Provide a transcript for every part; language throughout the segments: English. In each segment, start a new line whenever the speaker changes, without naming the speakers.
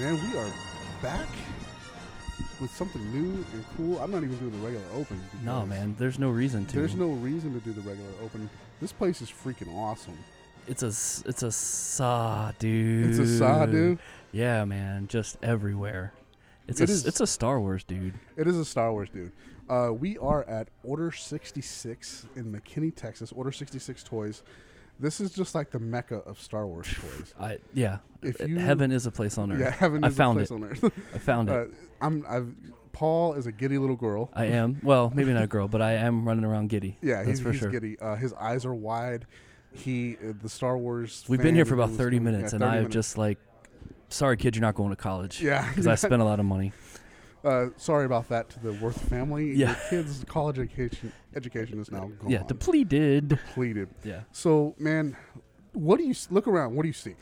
And we are back with something new and cool. I'm not even doing the regular open.
No,
because
man, there's no reason to.
There's no reason to do the regular open. This place is freaking awesome.
It's a s- it's a saw, dude.
It's a saw, dude.
Yeah, man, just everywhere. It's
It
a s-
is-
it's a Star Wars, dude.
It is a Star Wars, dude. Uh, we are at Order 66 in McKinney, Texas. Order 66 Toys. This is just like the mecca of Star Wars toys.
I yeah.
If
Uh,
you-
heaven is a place on earth.
Yeah, heaven
I
is
found
a place
it.
on earth.
I found
uh,
it.
I'm. I've, Paul is a giddy little girl.
I am. Well, maybe not a girl, but I am running around giddy.
Yeah,
that's
he's,
for
he's
sure.
giddy. Uh, his eyes are wide. He, uh, the Star Wars.
We've been here
fan
for about
who's-
30
yeah,
minutes, and
30
I've
minutes.
just like, sorry, kid, you're not going to college.
Yeah.
Because I spent a lot of money.
Uh, sorry about that to the Worth family.
Yeah.
Your kids' college education education is now gone.
Yeah, depleted.
depleted.
Yeah.
So, man, what do you s- look around? What do you see?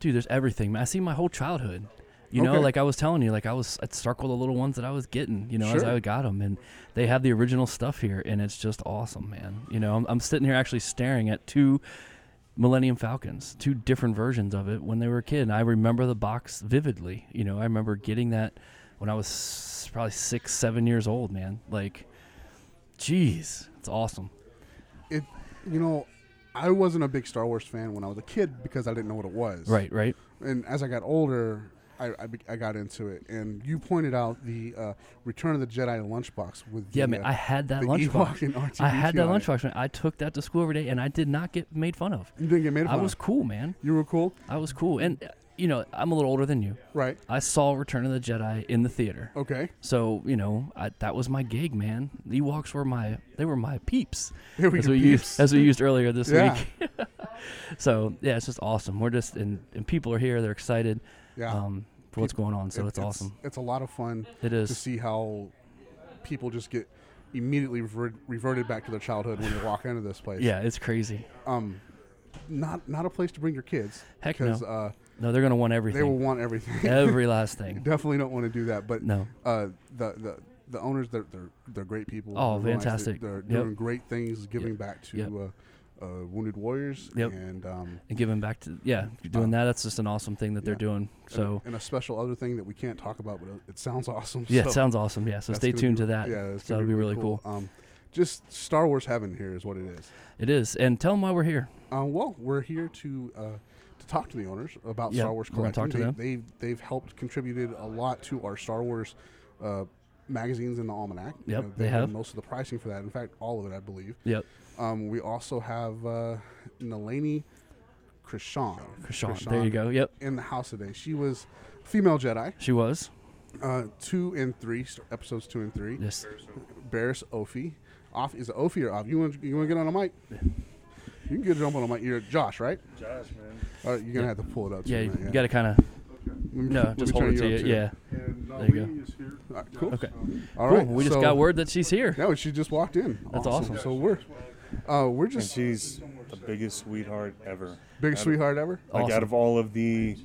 dude there's everything man i see my whole childhood you know
Okay.
like i was telling you like i was i'd circle the little ones that i was getting you know as
Sure.
i got them and they have the original stuff here and it's just awesome man you know i'm, I'm sitting here actually staring at two millennium falcons two different versions of it when they were a kid and i remember the box vividly you know i remember getting that when i was s- probably six seven years old man like jeez it's awesome
It, you know, I wasn't a big Star Wars fan when I was a kid because I didn't know what it was.
right right
and as I got older, I, I, be- I got into it. And you pointed out the uh, Return of the Jedi lunchbox with
yeah
the,
man
uh,
i had that
the
lunchbox
Ewok and R2D2
I had that
on it.
lunchbox. Man. I took that to school every day, and I did not get made fun of.
You didn't get made
I
fun
was
of.
cool, man.
You were cool,
I was cool, and uh, you know, I'm a little older than you.
right?
I saw Return of the Jedi in the theater,
Okay,
so you know I, that was my gig, man. The Ewoks were my they were my peeps.
here we
as
go.
we
peeps.
used as we used earlier this
Yeah.
week. so yeah, it's just awesome. We're just and, and people are here. They're excited
yeah.
um, for what's going on. So
It-
it's, awesome.
It's a lot of fun
It
to
is.
see how people just get immediately rever- reverted back to their childhood when they walk into this place.
Yeah, it's crazy.
Um, not not a place to bring your kids
Heck no.
because uh,
No, they're gonna want
they will
everything.
want everything.
Every last
You
thing.
definitely don't want to do that. But
No.
uh, the the the owners they're they're, they're great people.
Oh,
They're nice. They're-
fantastic.
They're,
Yep.
doing great things, giving back to
Yep.
uh, uh, wounded warriors.
Yep.
And um,
and giving back to yeah doing that that's just an awesome thing that they're
yeah.
doing so
and a special other thing that we can't talk about, but it- it sounds awesome.
yeah
so
it sounds awesome yeah so
that's
stay
gonna
tuned
be-
to that
Yeah, that's
so
gonna
that'll be really cool.
Um, just Star Wars heaven here is what it is.
it is and tell them why we're here
Uh, well, we're here to uh, to talk to the owners about
Yeah,
Star Wars
we're gonna
collecting.
talk to
they,
them.
They've they've helped contributed a lot to our Star Wars uh, magazines and the almanac. You
Yep,
know,
they
done
have.
most of the pricing for that. In fact, all of it, I believe.
yep
Um, we also have uh, Nalani Krishan.
Krishan. there you go yep
In the house today, she was female Jedi.
she was
Uh, two and three st- episodes, two and three.
yes
Barris Ofi. Off is it Ofi or Off? You want you want to get on a mic? You can get it up on a mic. You're Josh, right?
Josh, man.
All right, you're gonna have to pull it up.
yeah
too,
you,
man,
gotta kind of
Let me-
no
let
just
me
hold
turn
it to
up
you
too.
yeah
And
There you
Nalini is here.
All right, cool.
Okay.
Um,
All
cool
right.
we just
so-
got word that she's here
Yeah, well, she just walked in.
That's awesome.
So we're uh, we're
and
just
she's the biggest sweetheart ever.
biggest sweetheart ever.
Like
Awesome.
out of all of the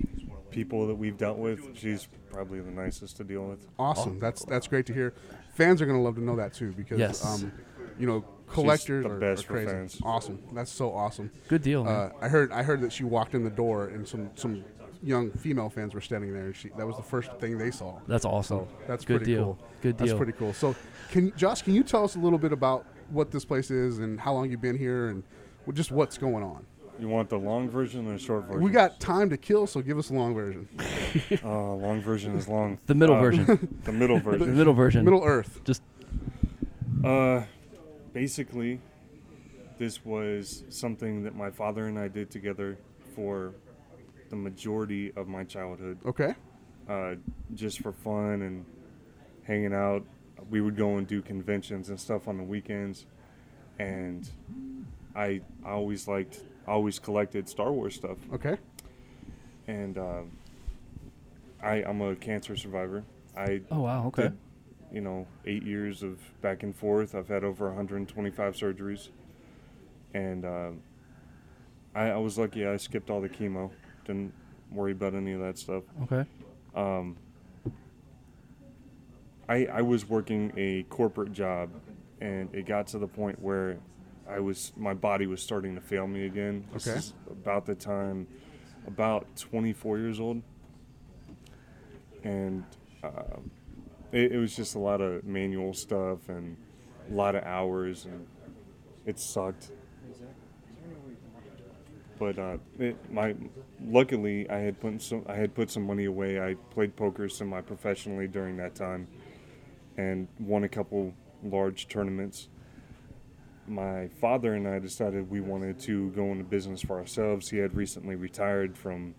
people that we've dealt with, she's probably the nicest to deal with.
Awesome. That's that's great to hear. Fans are gonna love to know that too because
Yes.
um, you know collectors
the
are,
best
are
for
crazy.
fans.
Awesome. That's so awesome.
good deal man.
Uh, I heard I heard that she walked in the door and some some young female fans were standing there and she that was the first thing they saw.
that's awesome
So that's
good
pretty
deal
cool.
good deal
That's pretty cool. So, can Josh, can you tell us a little bit about what this place is and how long you've been here and wh- just what's going on?
You want the long version or the short version?
We got time to kill, so give us the long version.
Oh, long version is long.
The middle
Uh,
version.
The middle
the
version.
middle version
Middle Earth.
just
Uh, basically, this was something that my father and I did together for the majority of my childhood.
Okay.
uh, just for fun and hanging out. We would go and do conventions and stuff on the weekends, and I I always liked, always collected Star Wars stuff.
Okay.
And uh, I I'm a cancer survivor. I
oh wow okay
did, you know, eight years of back and forth. I've had over 125 surgeries, and uh, I, I was lucky. I skipped all the chemo. Didn't worry about any of that stuff.
okay
um, I, I was working a corporate job and it got to the point where I was my body was starting to fail me again. This
Okay.
is about the time about 24 years old. and uh, it, it was just a lot of manual stuff and a lot of hours, and it sucked. But uh, it, my luckily I had put some I had put some money away. I played poker semi professionally during that time, and won a couple large tournaments. My father and I decided we wanted to go into business for ourselves. He had recently retired from,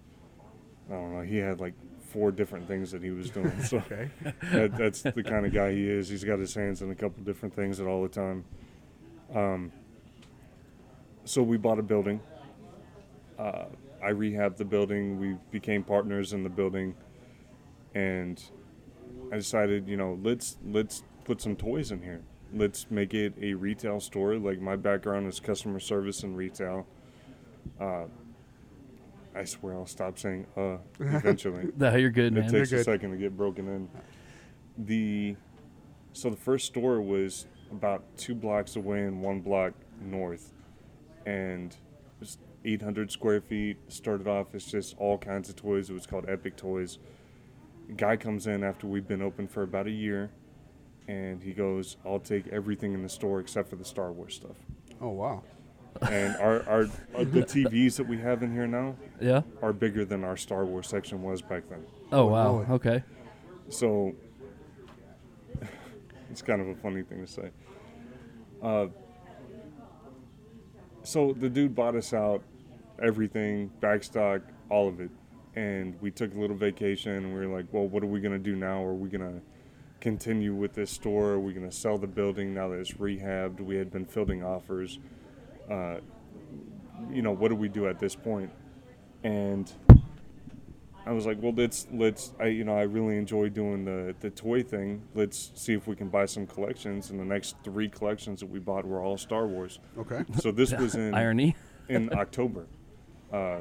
I don't know, he had like four different things that he was doing. So
Okay.
that, that's the kind of guy he is. He's got his hands in a couple different things at all the time. Um, so we bought a building. Uh, I rehabbed the building. We became partners in the building, and I decided, you know, let's let's put some toys in here. Let's make it a retail store. Like my background is customer service and retail. Uh, I swear I'll stop saying uh eventually.
No, you're good,
It
man.
takes
You're good.
a second to get broken in. The so the first store was about two blocks away and one block north, and it was 800 square feet. Started off as just all kinds of toys. It was called Epic Toys. Guy comes in after we've been open for about a year, and he goes, "I'll take everything in the store except for the Star Wars stuff."
Oh wow.
And our, our, our the TVs that we have in here now
yeah.
are bigger than our Star Wars section was back then.
Oh wow.
Lord.
Okay.
So it's kind of a funny thing to say. Uh, so the dude bought us out everything, back stock, all of it. And we took a little vacation and we were like, well, what are we going to do now? Are we going to continue with this store? Are we going to sell the building now that it's rehabbed? We had been fielding offers. Uh, you know, what do we do at this point? And I was like, well, let's let's I you know I really enjoy doing the the toy thing. Let's see if we can buy some collections. And the next three collections that we bought were all Star Wars.
Okay.
So this was in
Irony.
in October. Uh,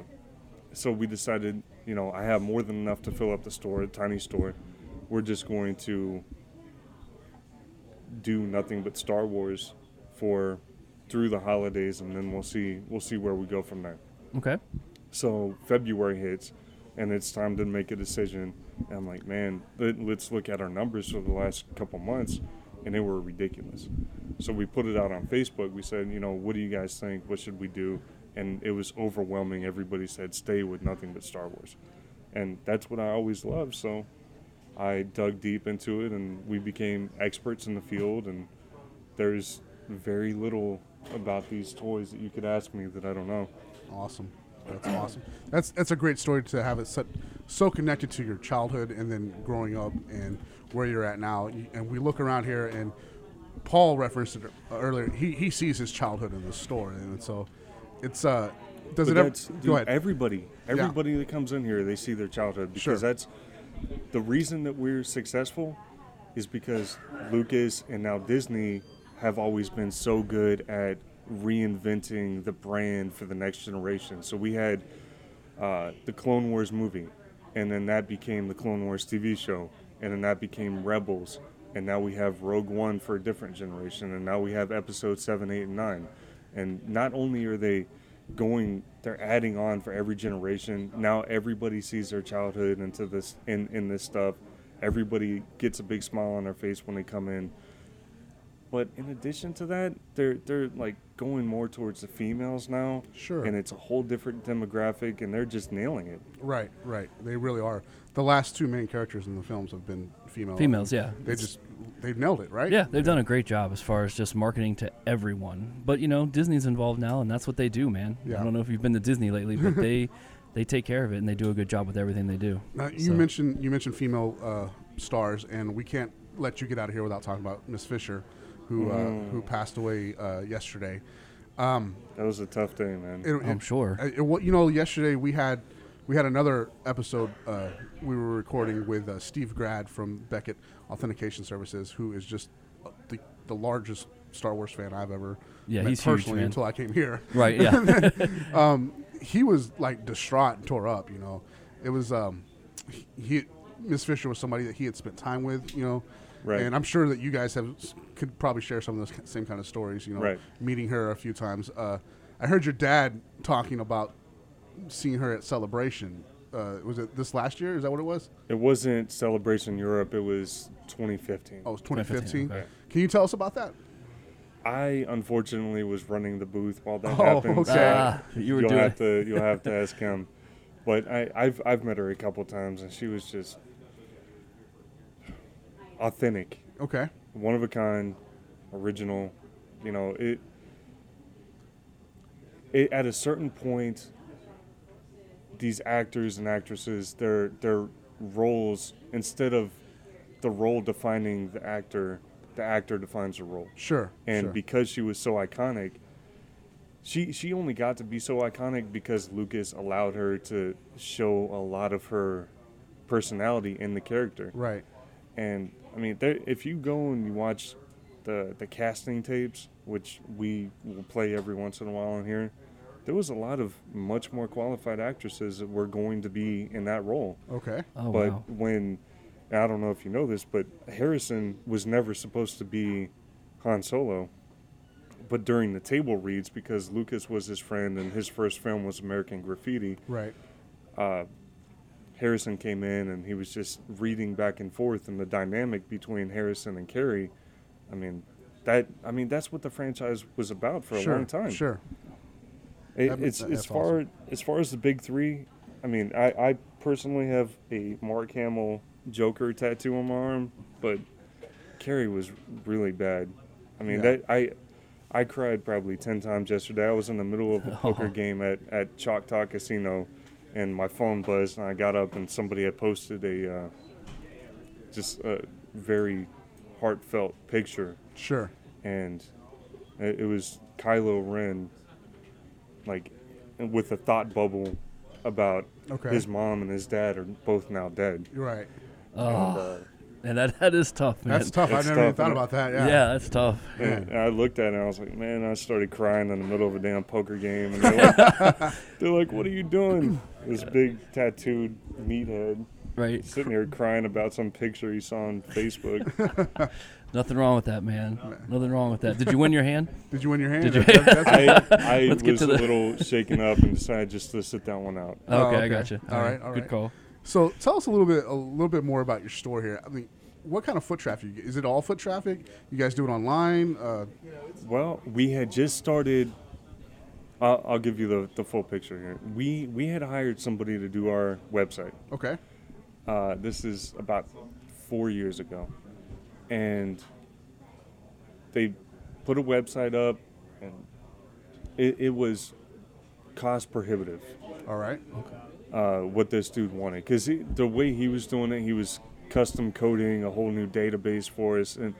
so we decided, you know, I have more than enough to fill up the store, a tiny store. We're just going to do nothing but Star Wars for through the holidays, and then we'll see we'll see where we go from there.
Okay.
So February hits, and it's time to make a decision. And I'm like, man, let, let's look at our numbers for the last couple months, and they were ridiculous. So we put it out on Facebook. We said, you know, what do you guys think? What should we do? And it was overwhelming. Everybody said, stay with nothing but Star Wars, and that's what I always loved. So I dug deep into it, and we became experts in the field. And there's very little about these toys that you could ask me that I don't know.
Awesome. That's awesome. That's that's a great story to have it set, so connected to your childhood and then growing up and where you're at now. You- And we look around here and Paul referenced it earlier. He, he sees his childhood in the store and so it's uh does
But
it ever
that's-
go
dude,
ahead.
Everybody, everybody that comes in here, they see their childhood because
Sure.
that's the reason that we're successful is because Lucas and now Disney have always been so good at reinventing the brand for the next generation. So we had uh, the Clone Wars movie, and then that became the Clone Wars TV show, and then that became Rebels, and now we have Rogue One for a different generation, and now we have Episode Seven, Eight, and Nine, and not only are they going, they're adding on for every generation. Now everybody sees their childhood into this in in this stuff. Everybody gets a big smile on their face when they come in. But in addition to that, they're they're like going more towards the females now.
Sure.
And it's a whole different demographic, and they're just nailing it.
Right, right. They really are. The last two main characters in the films have been female.
Females, yeah.
Oh, They just they've nailed it, right?
Yeah, they've done a great job as far as just marketing to everyone. But you know, Disney's involved now, and that's what they do, man.
Yeah.
I don't know if you've been to Disney lately, but they they take care of it and they do a good job with everything they do.
Now, you
So-
mentioned you mentioned female uh, stars, and we can't let you get out of here without talking about Miss Fisher, who
Mm.
uh, who passed away uh, yesterday. Um,
That was a tough day, man.
It-
I'm
it-
sure.
uh, it wa- you know, yesterday we had we had another episode uh, we were recording with uh, Steve Grad from Beckett Authentication Services, who is just uh, the the largest Star Wars fan I've ever
Yeah,
met
he's huge,
personally
man.
until I came here.
Right, yeah.
Um, he was like distraught and tore up. You know, it was um, he Miss Fisher was somebody that he had spent time with. You know,
Right.
And I'm sure that you guys have could probably share some of those same kind of stories. You know,
Right.
meeting her a few times. Uh, I heard your dad talking about seeing her at Celebration uh, was it this last year? Is that what it was?
It wasn't Celebration Europe. It was 2015.
Oh, it was 2015.
2015, okay.
Can you tell us about that?
I unfortunately was running the booth while that
Oh,
happened.
okay.
Ah, you were
will
doing
have to you'll have to ask him. But I, I've I've met her a couple times and she was just authentic,
Okay.
one of a kind, original. You know it. It at a certain point, these actors and actresses their their roles instead of the role defining the actor, the actor defines the role
Sure.
and
sure.
because she was so iconic she she only got to be so iconic because Lucas allowed her to show a lot of her personality in the character
right.
and I mean there, if you go and you watch the the casting tapes which we will play every once in a while in here there was a lot of much more qualified actresses that were going to be in that role
Okay.
Oh
but
wow.
when and I don't know if you know this, but Harrison was never supposed to be Han Solo. But during the table reads, because Lucas was his friend and his first film was American Graffiti,
Right.
Harrison came in and he was just reading back and forth, and the dynamic between Harrison and Carrie. I mean, that I mean that's what the franchise was about for
sure.
a long time.
Sure.
It,
That ma-
it's
that-
as
that's
far as far as the big three. I mean, I, I personally have a Mark Hamill Joker tattoo on my arm, but Carrie was really bad. I mean,
Yeah.
that I I cried probably ten times yesterday. I was in the middle of a poker game at at Choctaw Casino, and my phone buzzed, and I got up, and somebody had posted a uh, just a very heartfelt picture
Sure.
and it, it was Kylo Ren, like, with a thought bubble about
Okay.
his mom and his dad are both now dead.
You're right.
And,
Oh,
uh,
and that, that is tough, man.
That's tough. I've
It's
never even
tough,
thought
isn't it?
about that.
Yeah,
Yeah.
that's tough.
and I looked at it and I was like, man, I started crying in the middle of a damn poker game. And they're like, they're like what are you doing? This big tattooed meathead
Right.
sitting here crying about some picture he saw on Facebook.
Nothing wrong with that, man. Nothing wrong with that. Did you win your hand?
Did you win your hand?
Did you-
That- that's-
I, I
Let's get
was
to
a
the-
little shaken up and decided just to sit that one out.
Oh, Okay,
Oh, okay.
I got you.
All right, all
Good
right.
call.
so tell us a little bit, a little bit more about your store here. I mean, what kind of foot traffic? you get? Is it all foot traffic? You guys do it online? Uh,
Well, we had just started. I'll, I'll give you the, the full picture here. We we had hired somebody to do our website.
okay.
Uh, this is about four years ago, and they put a website up, and it, it was cost prohibitive.
All right.
Uh, what this dude wanted because the way he was doing it, he was custom coding a whole new database for us, and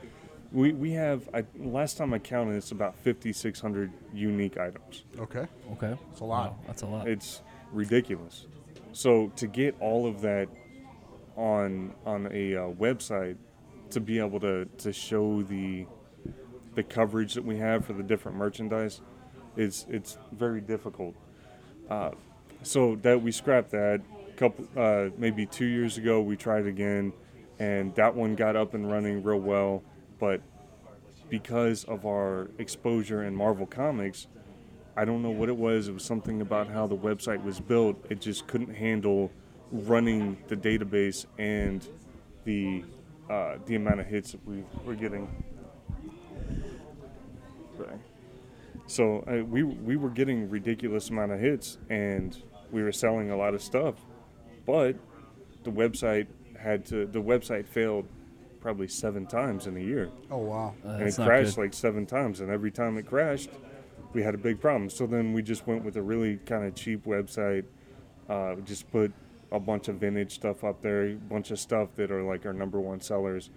we we have I, last time I counted, it's about fifty six hundred unique items.
Okay.
Okay.
It's a lot.
Wow, that's a lot.
It's ridiculous. So to get all of that on on a uh, website, to be able to to show the the coverage that we have for the different merchandise, it's it's very difficult. Uh, so that we scrapped that. Couple uh, maybe two years ago, we tried again, and that one got up and running real well. But because of our exposure in Marvel Comics, I don't know what it was. It was something about how the website was built. It just couldn't handle running the database and the uh, the amount of hits that we were getting. Sorry. So uh, we we were getting ridiculous amount of hits, and we were selling a lot of stuff, but the website had to the website failed probably seven times in a year
Oh wow.
Uh,
and it
that's not
crashed
good.
like seven times and every time it crashed we had a big problem so then we just went with a really kind of cheap website uh, we just put a bunch of vintage stuff up there a bunch of stuff that are like our number one sellers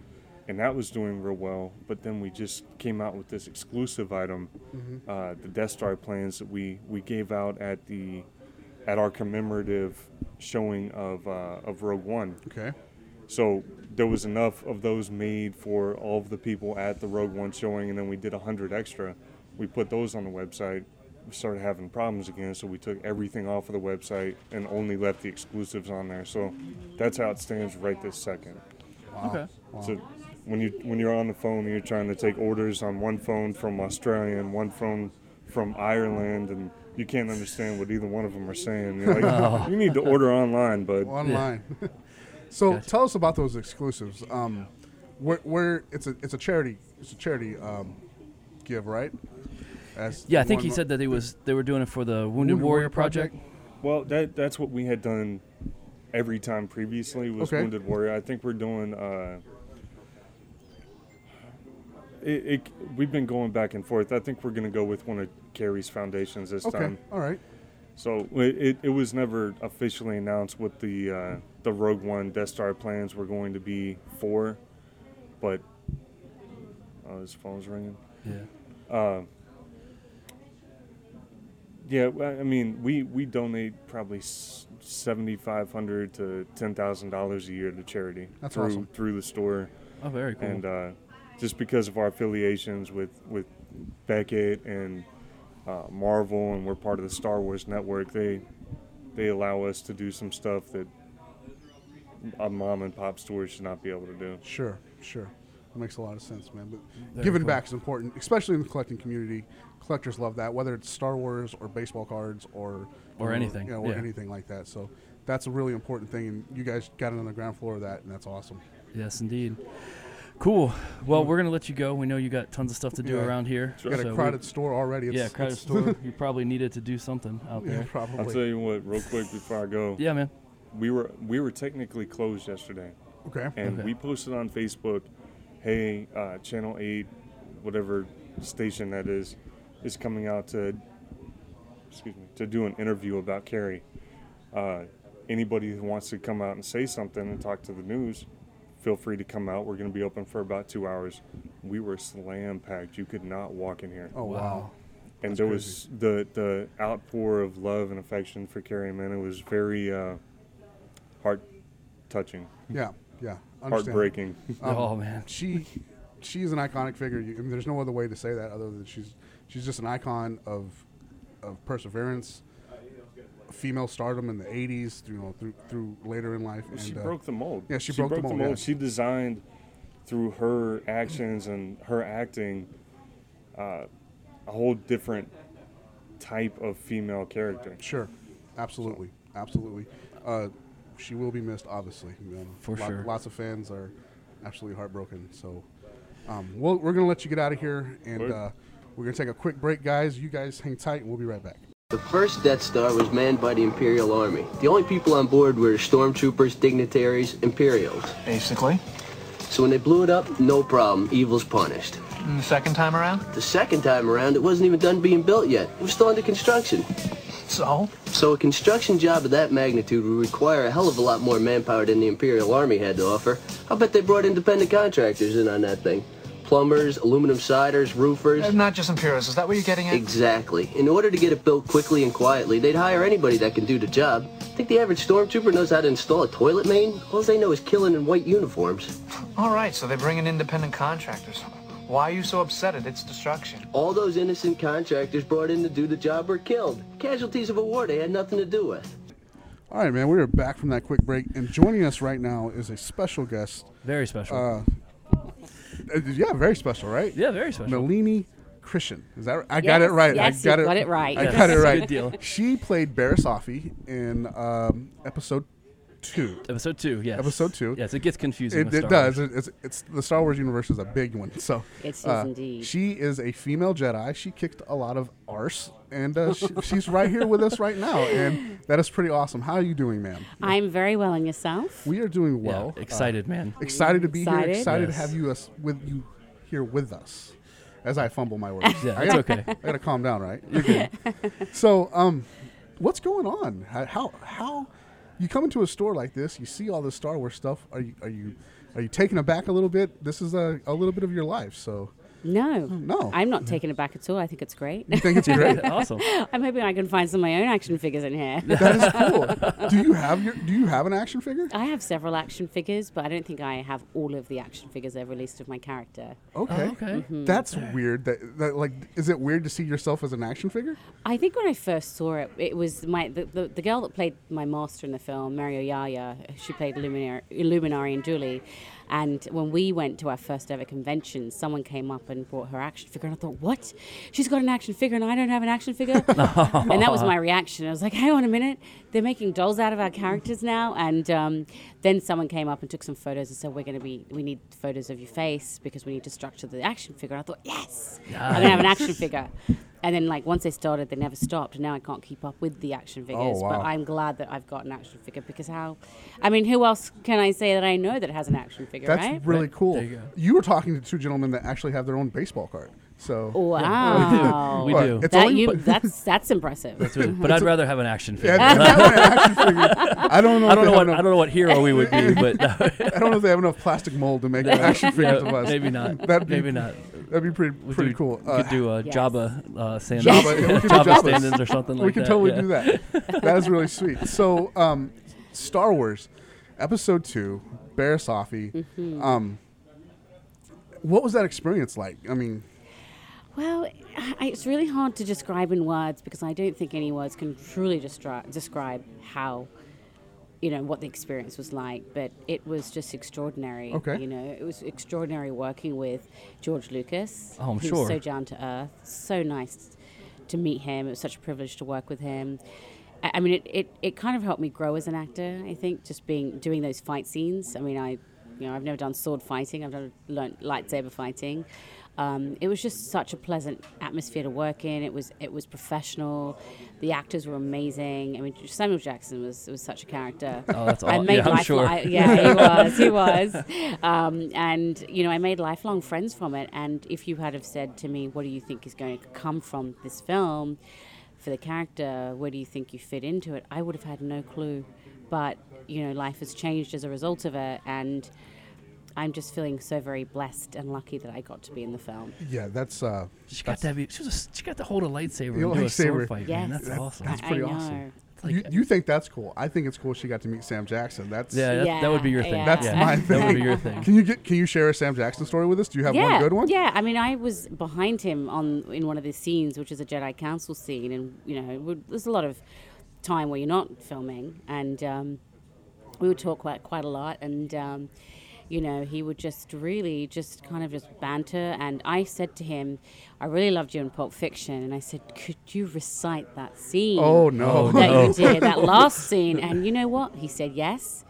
and that was doing real well but then we just came out with this exclusive item
Mm-hmm.
uh, the death star plans that we we gave out at the at our commemorative showing of uh, of rogue one
Okay.
so there was enough of those made for all of the people at the Rogue One showing, and then we did 100 extra. We put those on the website. We started having problems again, so we took everything off of the website and only left the exclusives on there. So that's how it stands right this second.
Okay.
So when you when you're on the phone and you're trying to take orders on one phone from Australia and one phone from Ireland and you can't understand what either one of them are saying. You're like, you need to order online, bud.
online. so tell us about those exclusives. Um, where, where it's a it's a charity it's a charity um, give right? As
Yeah, I think
one
he
mo-
said that they was they were doing it for the Wounded, Warrior, Project.
Well, that that's what we had done every time previously was
Okay.
Wounded Warrior. I think we're doing. Uh, it, it, we've been going back and forth. I think we're going to go with one of Carrie's foundations this
Okay,
time.
all right.
So it, it, it was never officially announced what the uh, the Rogue One Death Star plans were going to be for, but oh, his phone's ringing.
Yeah.
Yeah, well, I mean, we, we donate probably seventy five hundred to ten thousand dollars a year to charity
That's
through
awesome.
through the store,
Oh, very cool.
and uh, just because of our affiliations with with Beckett and uh, Marvel, and we're part of the Star Wars network, they they allow us to do some stuff that a mom and pop store should not be able to do.
Sure, sure. That makes a lot of sense, man. But
Very
giving
cool.
back is important, especially in the collecting community. Collectors love that, whether it's Star Wars or baseball cards or
Or anything,
you know, or
yeah.
anything like that. So that's a really important thing, and you guys got it on the ground floor of that, and that's awesome.
yes, indeed. Cool. Well, we're gonna let you go. We know you got tons of stuff to do
Mm. Yeah.
around here.
You got
so
a
we-
crowded store already. It's,
yeah, crowded
it's-
store. You probably needed to do something out
Yeah,
there.
I'll
probably.
tell you what, real quick before I go,
Yeah, man.
we were we were technically closed yesterday.
Okay.
and
Okay.
we posted on Facebook, "Hey, uh, Channel Eight, whatever station that is, is coming out to, excuse me, to do an interview about Carrie. Uh, anybody who wants to come out and say something and talk to the news, feel free to come out. We're going to be open for about two hours. We were slam packed. You could not walk in here,
Oh wow.
Wow.
and there was the the outpour of love and affection for Carrie. Man, it was very uh, heart touching,
Yeah. Yeah. Understand.
heartbreaking.
Um,
oh man.
She, she's an iconic figure. You, I mean, there's no other way to say that other than she's she's just an icon of of perseverance, female stardom in the '80s, you know, through through later in life.
She
and, uh,
broke the mold.
yeah, she broke the mold, yeah.
She designed through her actions and her acting uh, a whole different type of female character.
Sure, absolutely, absolutely. Uh, she will be missed, obviously. You know,
For sure.
Lots of fans are absolutely heartbroken. So, um, we'll, we're going to let you get out of here, and
Word.
uh, we're going to take a quick break, guys. You guys hang tight, and we'll be right back.
The first Death Star was manned by the Imperial Army. The only people on board were stormtroopers, dignitaries, Imperials.
Basically.
So when they blew it up, no problem. Evil's punished.
And the second time around?
The second time around, it wasn't even done being built yet. It was still under construction.
So?
So a construction job of that magnitude would require a hell of a lot more manpower than the Imperial Army had to offer. I bet they brought independent contractors in on that thing. Plumbers, aluminum siders, roofers.
Uh, Not just Imperials, is that what you're getting at?
Exactly. In order to get it built quickly and quietly, they'd hire anybody that can do the job. Think the average stormtrooper knows how to install a toilet main? All they know is killing in white uniforms.
All right, so they bring in independent contractors. Why are you so upset at its destruction?
All those innocent contractors brought in to do the job were killed. Casualties of a war they had nothing to do with.
All right, man. We are back from that quick break, and joining us right now is a special guest.
Very special.
Uh, yeah, very special, right?
yeah, very special.
Melanie Christian. Is that right? I got it
Yes,
right.
yes,
I got
you
it,
got it right.
I
Yes.
got it right.
Good deal.
She played Barisafi in um, episode two.
Episode two. Yes.
Episode two.
Yes, it gets confusing.
It,
with
it
Star
does.
Wars.
It, it's, it's the Star Wars universe is a big one. So uh,
It is indeed.
She is a female Jedi. She kicked a lot of arse, and uh, she, she's right here with us right now, and that is pretty awesome. How are you doing, ma'am?
I'm very well and yourself.
We are doing
Yeah,
well.
excited, man.
Uh, excited to be
Excited.
here. Excited to
Yes.
have you us with you here with us. As I fumble my words,
Yeah,
I
it's
gotta,
okay.
I gotta calm down, right? You're good. so, um, what's going on? How, how how you come into a store like this? You see all this Star Wars stuff. Are you are you are you taken aback a little bit? This is a, a little bit of your life. So,
No,
Oh, No.
I'm not taken aback at all. I think it's great.
you think it's great?
awesome.
I'm hoping I can find some of my own action figures in here.
that is cool. Do you have your Do you have an action figure?
Oh,
I have several action figures, but I don't think I have all of the action figures I've released of my character.
Okay,
Oh, okay.
That's weird. That, that like, is it weird to see yourself as an action figure?
I think when I first saw it, it was my the, the, the girl that played my master in the film, Mario Yaya. She played Luminari, Luminari and Julie. And when we went to our first ever convention, someone came up and brought her action figure, and I thought, what? She's got an action figure, and I don't have an action figure. and that was my reaction. I was like, hang on a minute, they're making dolls out of our characters now. And um, then someone came up and took some photos and said, we're going to be, we need photos of your face because we need to structure the action figure. And I thought, yes, I'm going to have an action figure. And then, like once they started, they never stopped. And now I can't keep up with the action figures.
Oh, wow.
But I'm glad that I've got an action figure because how? I mean, who else can I say that I know that has an action figure,
That's
right?
really cool.
There you go.
were talking to two gentlemen that actually have their own baseball card. So
wow.
We
But
do.
it's
That
only-
you,
but-
that's that's impressive.
That's what- but I'd rather have an action figure.
Yeah, there's no action figure. I don't know.
I
if they
don't know
have
what
enough-
I don't know what hero we would be, but
I don't know if they have enough plastic mold to make an action figures of us.
maybe not.
That'd be-
maybe not.
That'd be pretty
We
pretty
do,
cool.
We
Uh,
could do uh,
Yes.
Jabba uh, stand
Jabba, yeah, we could do Jabbas.
stand-ins or something like that.
we can totally
yeah.
do that. That is really sweet. So, um, Star Wars, Episode Two, Barisafi.
Mm-hmm.
Um, what was that experience like? I mean,
Well, I- it's really hard to describe in words because I don't think any words can truly destri- describe how, you know, what the experience was like. But it was just extraordinary.
Okay.
You know, it was extraordinary working with George Lucas.
Oh, I'm
who's
sure.
So down to earth. So nice to meet him. It was such a privilege to work with him. I I mean, it, it, it kind of helped me grow as an actor. I think just being doing those fight scenes. I mean, I you know I've never done sword fighting. I've never learned lightsaber fighting. Um, it was just such a pleasant atmosphere to work in. It was it was professional. The actors were amazing. I mean, Samuel Jackson was was such a character.
Oh, that's
I
aw-
made
yeah, I'm
lifelong,
sure.
I- yeah, he was, he was. Um, and you know, I made lifelong friends from it. And if you had have said to me, "What do you think is going to come from this film for the character? Where do you think you fit into it?" I would have had no clue. But you know, life has changed as a result of it, and I'm just feeling so very blessed and lucky that I got to be in the film.
yeah, that's uh,
She got that. She was. A, she got to hold a lightsaber
Yeah,
and do a
lightsaber.
sword fight. Man,
Yes.
that's
That-
awesome.
that's
I
pretty
know.
awesome.
like-
you, you think that's cool? I think it's cool she got to meet Sam Jackson. That's
yeah, that, that would be your thing.
Yeah,
That's
yeah.
my
That would
thing.
be your thing.
Can you get? Can you share a Sam Jackson story with us? Do you have
yeah,
one good one?
Yeah, I mean, I was behind him on in one of the scenes, which is a Jedi Council scene, and you know, it would, there's a lot of time where you're not filming, and um, we would talk quite quite a lot, and um, you know, he would just really just kind of just banter, and I said to him, "I really loved you in Pulp Fiction," and I said, "Could you recite that scene?"
Oh no!
that you did, that last scene. And you know what? He said yes.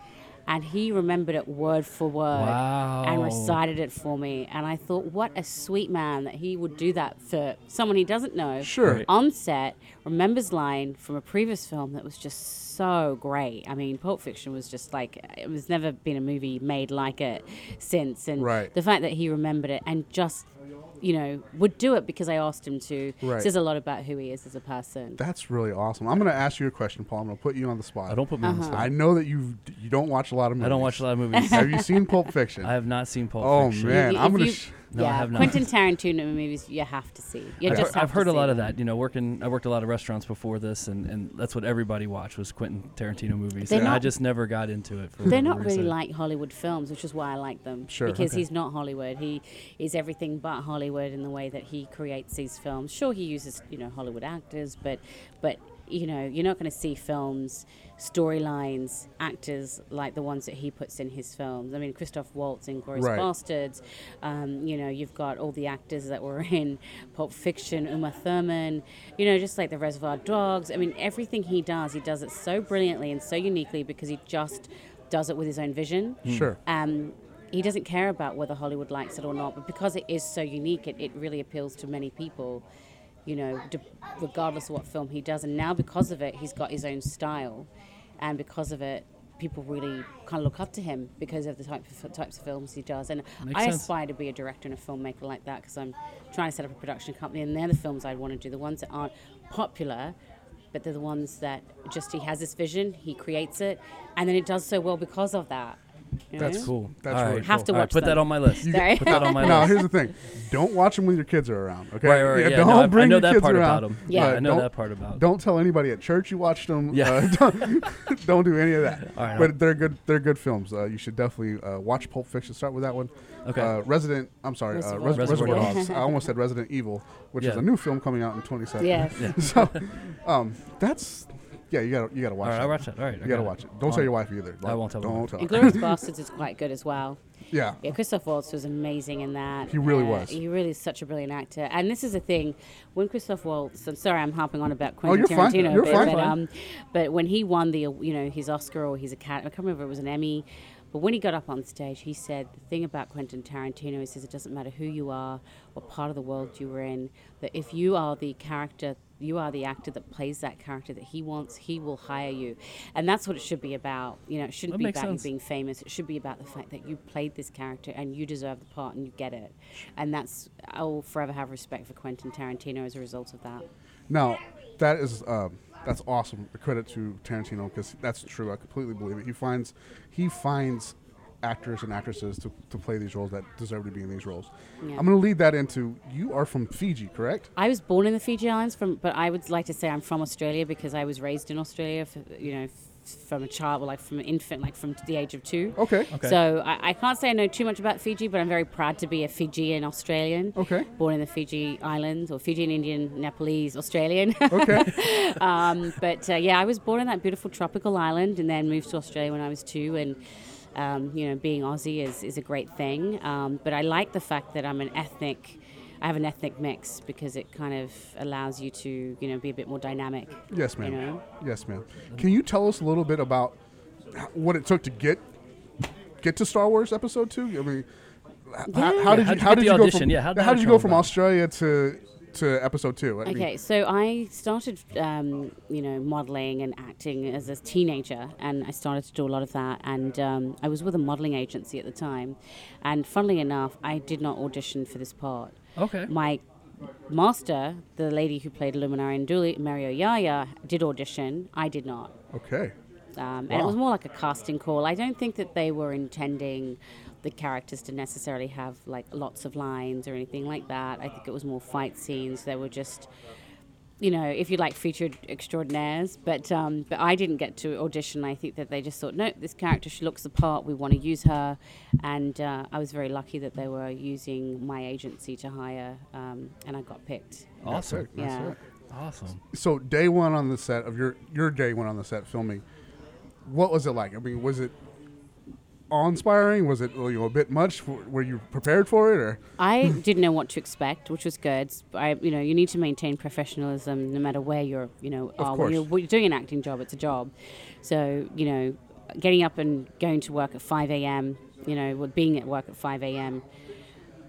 And he remembered it word for word and
Wow.
recited it for me. And I thought, what a sweet man that he would do that for someone he doesn't know.
Sure. Right.
On set, remembers line from a previous film that was just so great. I mean, Pulp Fiction was just like, it was never been a movie made like it since. And
Right.
the fact that he remembered it and just, you know, would do it because I asked him to
Right.
says a lot about who he is as a person.
That's really awesome. I'm going to ask you a question, Paul. I'm going to put you on the spot.
Oh, don't put me
Uh-huh.
on the spot.
I know that you you don't watch a lot of movies.
I don't watch a lot of movies.
Have you seen Pulp Fiction?
I have not seen Pulp
oh
Fiction.
man,
If
I'm going
you-
to. Sh-
No, I
yeah,
have not.
Quentin Tarantino movies you have to see. You
I've,
just
heard-
have
I've heard
to
a lot
see
of
them.
that. You know, working I worked a lot of restaurants before this, and, and that's what everybody watched was Quentin Tarantino movies.
They're
and I
not-
just never got into it. For
They're
whatever
not really
reason.
like Hollywood films, which is why I like them.
Sure,
Because
okay.
he's not Hollywood. He is everything but Hollywood in the way that he creates these films. Sure, he uses you know Hollywood actors, but but you know you're not going to see films, storylines, actors like the ones that he puts in his films. I mean, Christoph Waltz in Glorious
Right.
Bastards. Um, you know, you've got all the actors that were in Pulp Fiction, Uma Thurman. You know, just like the Reservoir Dogs. I mean, everything he does, he does it so brilliantly and so uniquely because he just does it with his own vision.
Sure.
Um, he doesn't care about whether Hollywood likes it or not, but because it is so unique, it, it really appeals to many people, you know, d- regardless of what film he does. And now, because of it, he's got his own style, and because of it, people really kind of look up to him because of the type of, types of films he does. And
Makes
I
sense.
aspire to be a director and a filmmaker like that because I'm trying to set up a production company, and they're the films I'd want to do, the ones that aren't popular. But they're the ones that just he has this vision, he creates it, and then it does so well because of that. you
That's
know?
Cool.
That's
All
really
right.
Have to
All right,
watch
Put that
them.
on my list.
Sorry.
Put that on my
Now
list.
here's the thing: don't watch them when your kids are around. Okay.
Right, right, yeah.
Don't
No, I- I
bring
know
your
that
kids
part
around.
about 'em. Yeah,
But
I know
don't-
that part about 'em.
Don't tell anybody at church you watched them.
Yeah.
Uh, don't, don't do any of that.
All right,
but they're good. They're good films. Uh, you should definitely uh, watch Pulp Fiction. Start with that one.
Okay.
Uh, Resident. I'm sorry. Uh,
Reservoir
Res-
Dogs.
Reservoir
Reservoir
Dogs. I almost said Resident Evil, which is
Yeah.
a new film coming out in 2017.
Yes.
so um, that's Yeah, you gotta you gotta watch.
All right,
that.
I'll watch that. All right, I
you
got
gotta
it.
watch it. Don't
I'll-
tell your wife either.
I won't tell my
Don't
wife.
tell.
And
her.
Glorious Bastards is quite good as well.
Yeah.
Yeah, Christoph Waltz was amazing in that.
He really was.
He really is such a brilliant actor. And this is the thing, when Christoph Waltz, I'm sorry, I'm harping on about Quentin
Oh, you're fine.
Tarantino, a
You're
bit,
fine.
but
Fine.
Mm-hmm.
um, but when he won the you know his Oscar or his Academy, I can't remember if it was an Emmy, but when he got up on stage, he said the thing about Quentin Tarantino. He says it doesn't matter who you are, what part of the world you were in, that if you are the character. You are the actor that plays that character that he wants. He will hire you, and that's what it should be about. You know, it shouldn't
That
be
makes
about you
sense.
being famous. It should be about the fact that you played this character and you deserve the part and you get it. And that's I will forever have respect for Quentin Tarantino as a result of that.
Now, that is um, that's awesome. A credit to Tarantino because that's true. I completely believe it. He finds he finds actors and actresses to, to play these roles that deserve to be in these roles. I'm going to lead that into you are from Fiji, correct?
I was born in the Fiji Islands, from, but I would like to say I'm from Australia because I was raised in Australia, for, you know, f- from a child, well, like from an infant, like from the age of two.
Okay.
Okay.
So I, I can't say I know too much about Fiji, but I'm very proud to be a Fijian Australian.
Okay.
Born in the Fiji Islands, or Fijian Indian, Nepalese, Australian.
Okay.
um, but uh, yeah, I was born on that beautiful tropical island and then moved to Australia when I was two. And, um, you know, being Aussie is, is a great thing. Um, but I like the fact that I'm an ethnic, I have an ethnic mix because it kind of allows you to, you know, be a bit more dynamic.
yes, ma'am.
You know?
Yes, ma'am. Can you tell us a little bit about h- what it took to get get to Star Wars Episode Two? I mean, h- how, how
Yeah,
did
how'd
you
you
how
get
did
the
you go
audition?
from
Yeah, how'd
how
that
did you
come
go from
about?
Australia to to Episode Two? I mean,
Okay, so I started, um, you know, modeling and acting as a teenager, and I started to do a lot of that. And um, I was with a modeling agency at the time, and funnily enough, I did not audition for this part.
Okay.
My master, the lady who played Luminarian Dooley, Mario Yaya, did audition. I did not
okay.
um, and it was more like a casting call. I don't think that they were intending the characters to necessarily have like lots of lines or anything like that. I think it was more fight scenes. They were just, you know, if you like featured extraordinaires. But um, but I didn't get to audition. I think that they just thought, nope, this character she looks the part. We want to use her, and uh, I was very lucky that they were using my agency to hire, um, and I got picked.
Awesome.
Sick, that's
Yeah.
it.
Awesome.
so day one on the set of your your day one on the set filming what was it like i mean was it awe-inspiring was it you know a bit much W- were you prepared for it or
I didn't know what to expect, which was good. I, you know, you need to maintain professionalism no matter where you're, you know, are. When
course.
you're, when you're doing an acting job, it's a job. So, you know, getting up and going to work at 5 a.m., you know, with- being at work at 5 a.m.,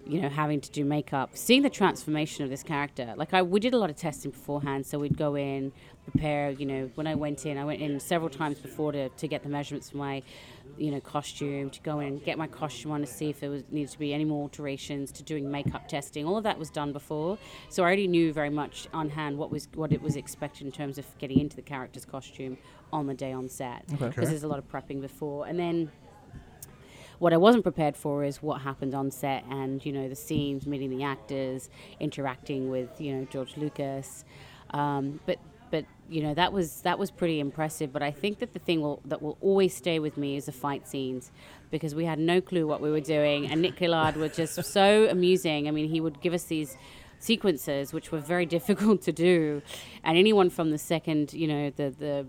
you know, having to do makeup, seeing the transformation of this character. Like, I, we did a lot of testing beforehand, so we'd go in, prepare, you know, when I went in, I went in several times before to, to get the measurements for my, you know, costume, to go in, get my costume on to see if there was needed to be any more alterations, to doing makeup testing. All of that was done before, so I already knew very much on hand what was what it was expected in terms of getting into the character's costume on the day on set. Because there's a lot of prepping before, and then what I wasn't prepared for is what happened on set and you know the scenes, meeting the actors, interacting with you know George Lucas, um, but but you know that was that was pretty impressive. But I think that the thing will, that will always stay with me is the fight scenes because we had no clue what we were doing and Nick Gillard was just so amusing. I mean he would give us these sequences which were very difficult to do and anyone from the second you know the the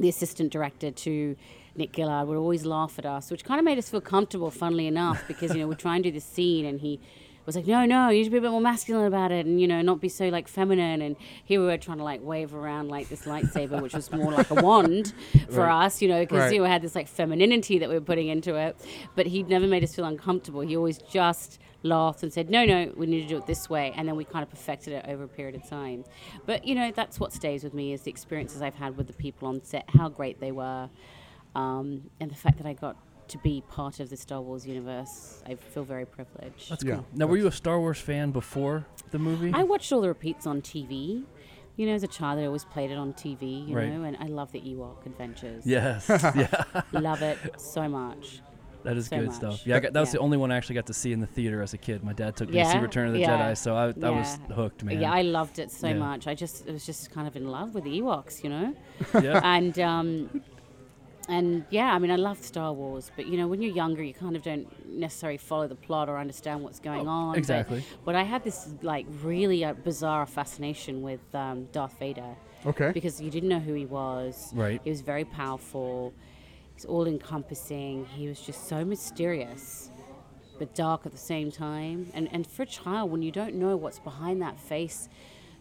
the assistant director to Nick Gillard would always laugh at us, which kind of made us feel comfortable, funnily enough, because, you know, we're trying to do this scene and he was like, no, no, you should be a bit more masculine about it and, you know, not be so, like, feminine. And here we were trying to, like, wave around, like, this lightsaber, which was more like a wand for us, you know, because,
Right.
you know, had this, like, femininity that we were putting into it. But he never made us feel uncomfortable. He always just laughed and said, no, no, we need to do it this way. And then we kind of perfected it over a period of time. But, you know, that's what stays with me is the experiences I've had with the people on set, how great they were, um, and the fact that I got to be part of the Star Wars universe. I feel very privileged.
That's
Yeah,
cool. Now, were you a Star Wars fan before the movie?
I watched all the repeats on TV. You know, as a child, I always played it on TV, you
Right.
know, and I love the Ewok adventures.
yes. yeah.
Love it so much.
That is
so
good
much.
stuff. Yeah, I got, that was
Yeah.
the only one I actually got to see in the theater as a kid. My dad took me to see
Yeah,
Return of the
yeah,
Jedi, so I, I was
yeah.
hooked, man.
Yeah, I loved it so
Yeah.
much. I just I was just kind of in love with the Ewoks, you know.
Yeah.
and um, and yeah, I mean, I love Star Wars, but you know, when you're younger, you kind of don't necessarily follow the plot or understand what's going on. but-
Oh, exactly.
But, I had this like really uh, bizarre fascination with um, Darth Vader.
Okay.
Because you didn't know who he was.
Right.
He was very powerful. He's all encompassing. He was just so mysterious, but dark at the same time. And and for a child, when you don't know what's behind that face,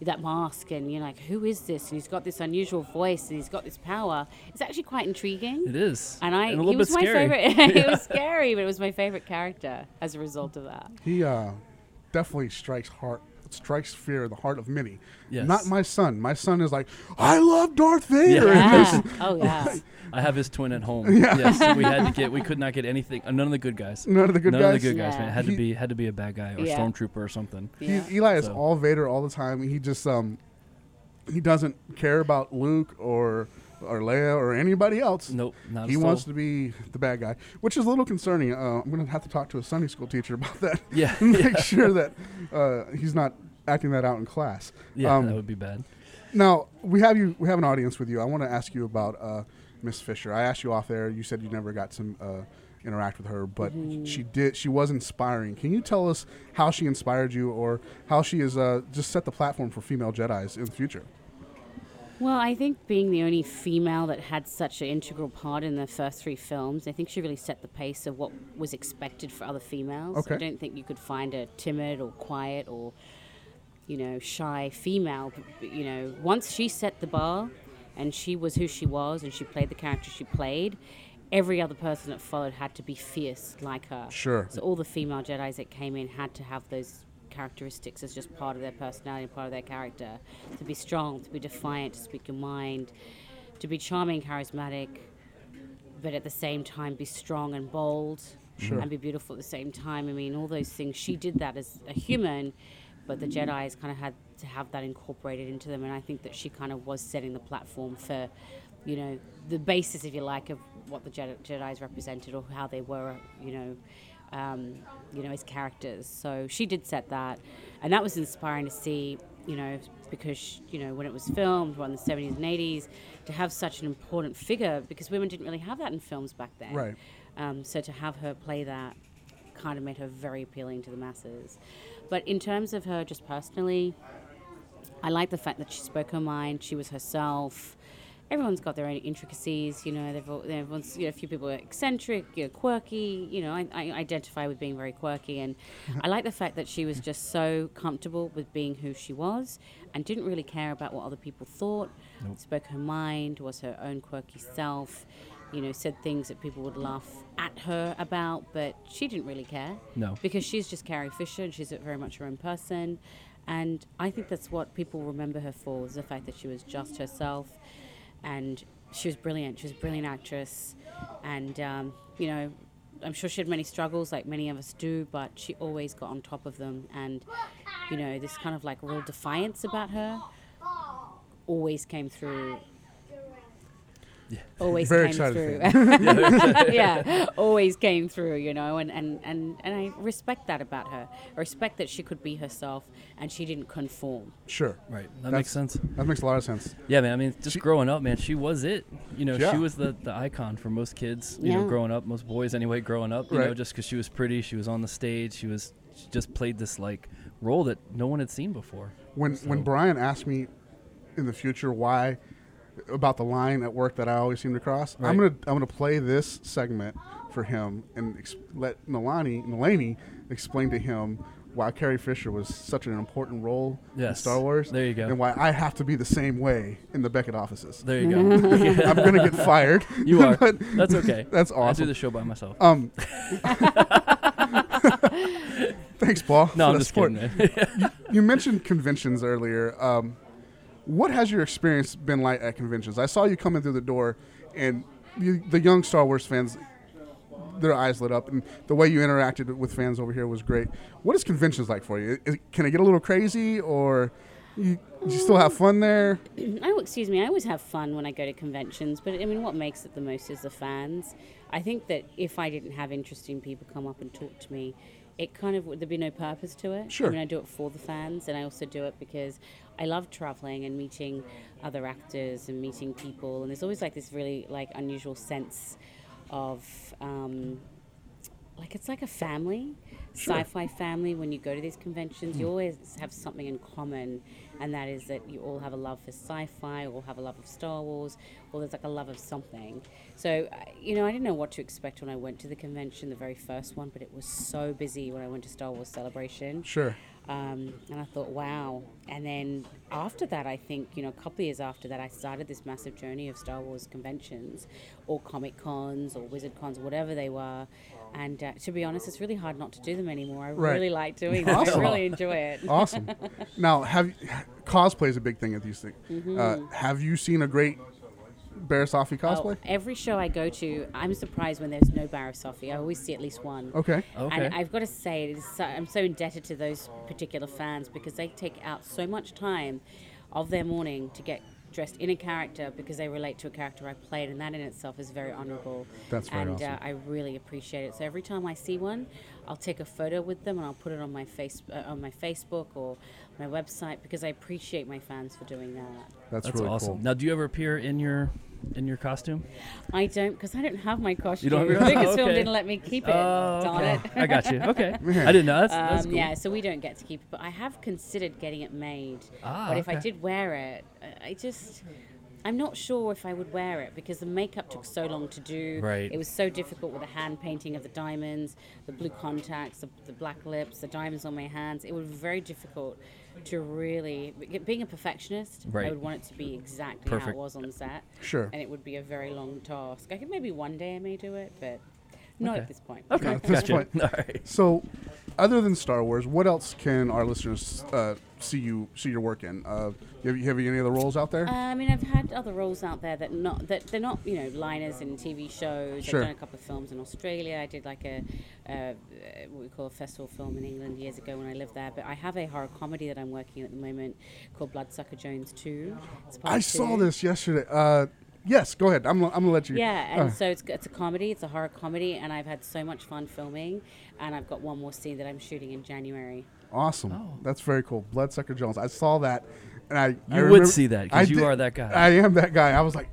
that mask, and you're like, who is this? And he's got this unusual voice, and he's got this power. It's actually quite intriguing.
It is.
And
a
I,
little
he was
bit
my
scary.
favorite. it was scary, but it was my favorite character as a result of that.
He uh, definitely strikes heart, strikes fear in the heart of many.
Yes.
Not my son. My son is like, I love Darth Vader.
Yeah.
And this-
Yeah. Oh yeah.
I have his twin at home. Yes, we had to get. We could not get anything. uh, none of the good guys.
None of the good
none
guys?
of the good guys, man. It had
Yeah.
to be had to be a bad guy or
Yeah.
stormtrooper or something.
he-
Yeah.
Eli is
So-
all Vader all the time. He just um, he doesn't care about Luke or or Leia or anybody else.
Nope, not
he
a soul.
wants to be the bad guy, which is a little concerning. Uh, I'm gonna have to talk to a Sunday school teacher about that.
Yeah.
make sure that uh, he's not acting that out in class.
Yeah,
Um,
that would be bad.
Now we have you. We have an audience with you. I want to ask you about uh, Miss Fisher. I asked you off air. You said you never got to uh, interact with her, but she did. She was inspiring. Can you tell us how she inspired you, or how she has uh, just set the platform for female Jedi's in the future?
Well, I think being the only female that had such an integral part in the first three films, I think she really set the pace of what was expected for other females.
Okay.
I don't think you could find a timid or quiet or, you know, shy female. b- b- You know, once she set the bar and she was who she was and she played the character she played, every other person that followed had to be fierce like her.
Sure.
So all the female Jedi's that came in had to have those characteristics as just part of their personality, part of their character. To be strong, to be defiant, to speak your mind, to be charming, charismatic, but at the same time be strong and bold and be beautiful at the same time. I mean, all those things. She did that as a human, but the Jedi's kind of had to have that incorporated into them. And I think that she kind of was setting the platform for, you know, the basis, if you like, of what the Jedi, Jedi's represented or how they were, you know. Um, you know, as characters. So she did set that, and that was inspiring to see. You know, because you know when it was filmed, well, in the seventies and eighties, to have such an important figure because women didn't really have that in films back then.
Right.
Um, so to have her play that kind of made her very appealing to the masses. But in terms of her just personally, I like the fact that she spoke her mind. She was herself. Everyone's got their own intricacies, you know. They've all, everyone's, you know, a few people are eccentric, you know, quirky. You know, I, I identify with being very quirky, and I like the fact that she was just so comfortable with being who she was, and didn't really care about what other people thought. Spoke her mind, was her own quirky self. You know, said things that people would laugh at her about, but she didn't really care
No.
because she's just Carrie Fisher and she's very much her own person. And I think that's what people remember her for is the fact that she was just herself, and she was brilliant. She was a brilliant actress, and um, you know, I'm sure she had many struggles like many of us do, but she always got on top of them. And you know, this kind of like real defiance about her always came through. Always
Very
came
excited
through.
for you.
yeah, always came through, you know, and, and, and, and I respect that about her. I respect that she could be herself and she didn't conform.
Sure.
Right, that
That's-
makes sense.
That makes a lot of sense.
Yeah, man. I mean, just growing up, man, she was it. You know,
Yeah.
she was the, the icon for most kids. You
Yeah.
know, growing up, most boys anyway. Growing up, you know,
Right.
just because she was pretty, she was on the stage. She was she just played this like role that no one had seen before.
When when Brian asked me in the future why about the line at work that I always seem to cross, I'm
Right.
gonna I'm gonna play this segment for him and ex- let Milani Milani explain to him why Carrie Fisher was such an important role in
Yes.
Star Wars.
There you go.
And why I have to be the same way in the Beckett offices.
There you go.
I'm gonna get fired.
you are.
But
That's okay.
That's
I do
awesome.
the show by myself.
Um, thanks, Paul. for
no, I'm
that
just
support.
kidding. Man.
You mentioned conventions earlier. Um, what has your experience been like at conventions? I saw you coming through the door, and you, the young Star Wars fans, their eyes lit up, and the way you interacted with fans over here was great. What is conventions like for you? Is, can it get a little crazy, or you, you still have fun there?
I, excuse me, I always have fun when I go to conventions, but I mean, what makes it the most is the fans. I think that if I didn't have interesting people come up and talk to me, it kind of would there be no purpose to it.
Sure.
I mean, I do it for the fans, and I also do it because I love traveling and meeting other actors and meeting people. And there's always like this really like unusual sense of um, like it's like a family, sci-fi family. When you go to these conventions, you always have something in common, and that is that you all have a love for sci-fi, or have a love of Star Wars, or there's like a love of something. So I- you know, I didn't know what to expect when I went to the convention, the very first one, but it was so busy when I went to Star Wars Celebration.
Sure.
Um, and I thought, wow. And then after that, I think, you know, a couple of years after that, I started this massive journey of Star Wars conventions or Comic Cons or Wizard Cons, whatever they were. And uh, to be honest, it's really hard not to do them anymore. I
Right.
really like doing them.
Awesome.
I really enjoy it.
Awesome. now, have cosplay is a big thing at these things. Uh, have you seen a great Barasafi
Oh,
cosplay?
every show I go to, I'm surprised when there's no Barra Sophie. I always see at least one.
Okay.
Okay.
And I've got to say, it is so, I'm so indebted to those particular fans because they take out so much time of their morning to get dressed in a character because they relate to a character I played, and that in itself is very honourable.
That's very
And
awesome.
uh, I really appreciate it. So every time I see one, I'll take a photo with them and I'll put it on my face uh, on my Facebook or my website because I appreciate my fans for doing that.
That's,
That's
really
awesome.
cool.
Now, do you ever appear in your in your costume?
I don't because I don't have my costume.
don't have your-
Lucasfilm
Okay. Oh,
didn't let me keep it. Darn
Uh, okay.
it.
I got you. Okay. I didn't know. That's, that's
Um,
cool.
Yeah, so we don't get to keep it, but I have considered getting it made.
Ah,
but if I
okay.
did wear it, I- I just. I'm not sure if I would wear it because the makeup took so long to do.
Right.
It was so difficult with the hand painting of the diamonds, the blue contacts, the, the black lips, the diamonds on my hands. It was very difficult to really. Being a perfectionist, I
Right.
would want it to be exactly how it
Perfect.
was on set.
Sure.
And it would be a very long task. I could maybe one day I may do it, but not
Okay.
at this point.
Okay.
At this
gotcha.
point.
All right.
So, other than Star Wars, what else can our listeners uh, see you see your work in? Uh, have you have you any other roles out there?
Uh, I mean, I've had other roles out there that not that they're not you know liners in TV shows.
Sure.
I've done a couple of films in Australia. I did like a uh, what we call a festival film in England years ago when I lived there. But I have a horror comedy that I'm working at the moment called Bloodsucker Jones Two. It's part
I saw
two.
this yesterday. Uh, yes, go ahead. I'm, gonna- I'm gonna let you.
Yeah,
uh,
and so it's, it's a comedy, it's a horror comedy, and I've had so much fun filming. And I've got one more scene that I'm shooting in January.
Awesome.
Oh.
That's very cool. Bloodsucker Jones. I saw that, and I. You
would see that, 'cause you are that guy.
I am that guy. I was like,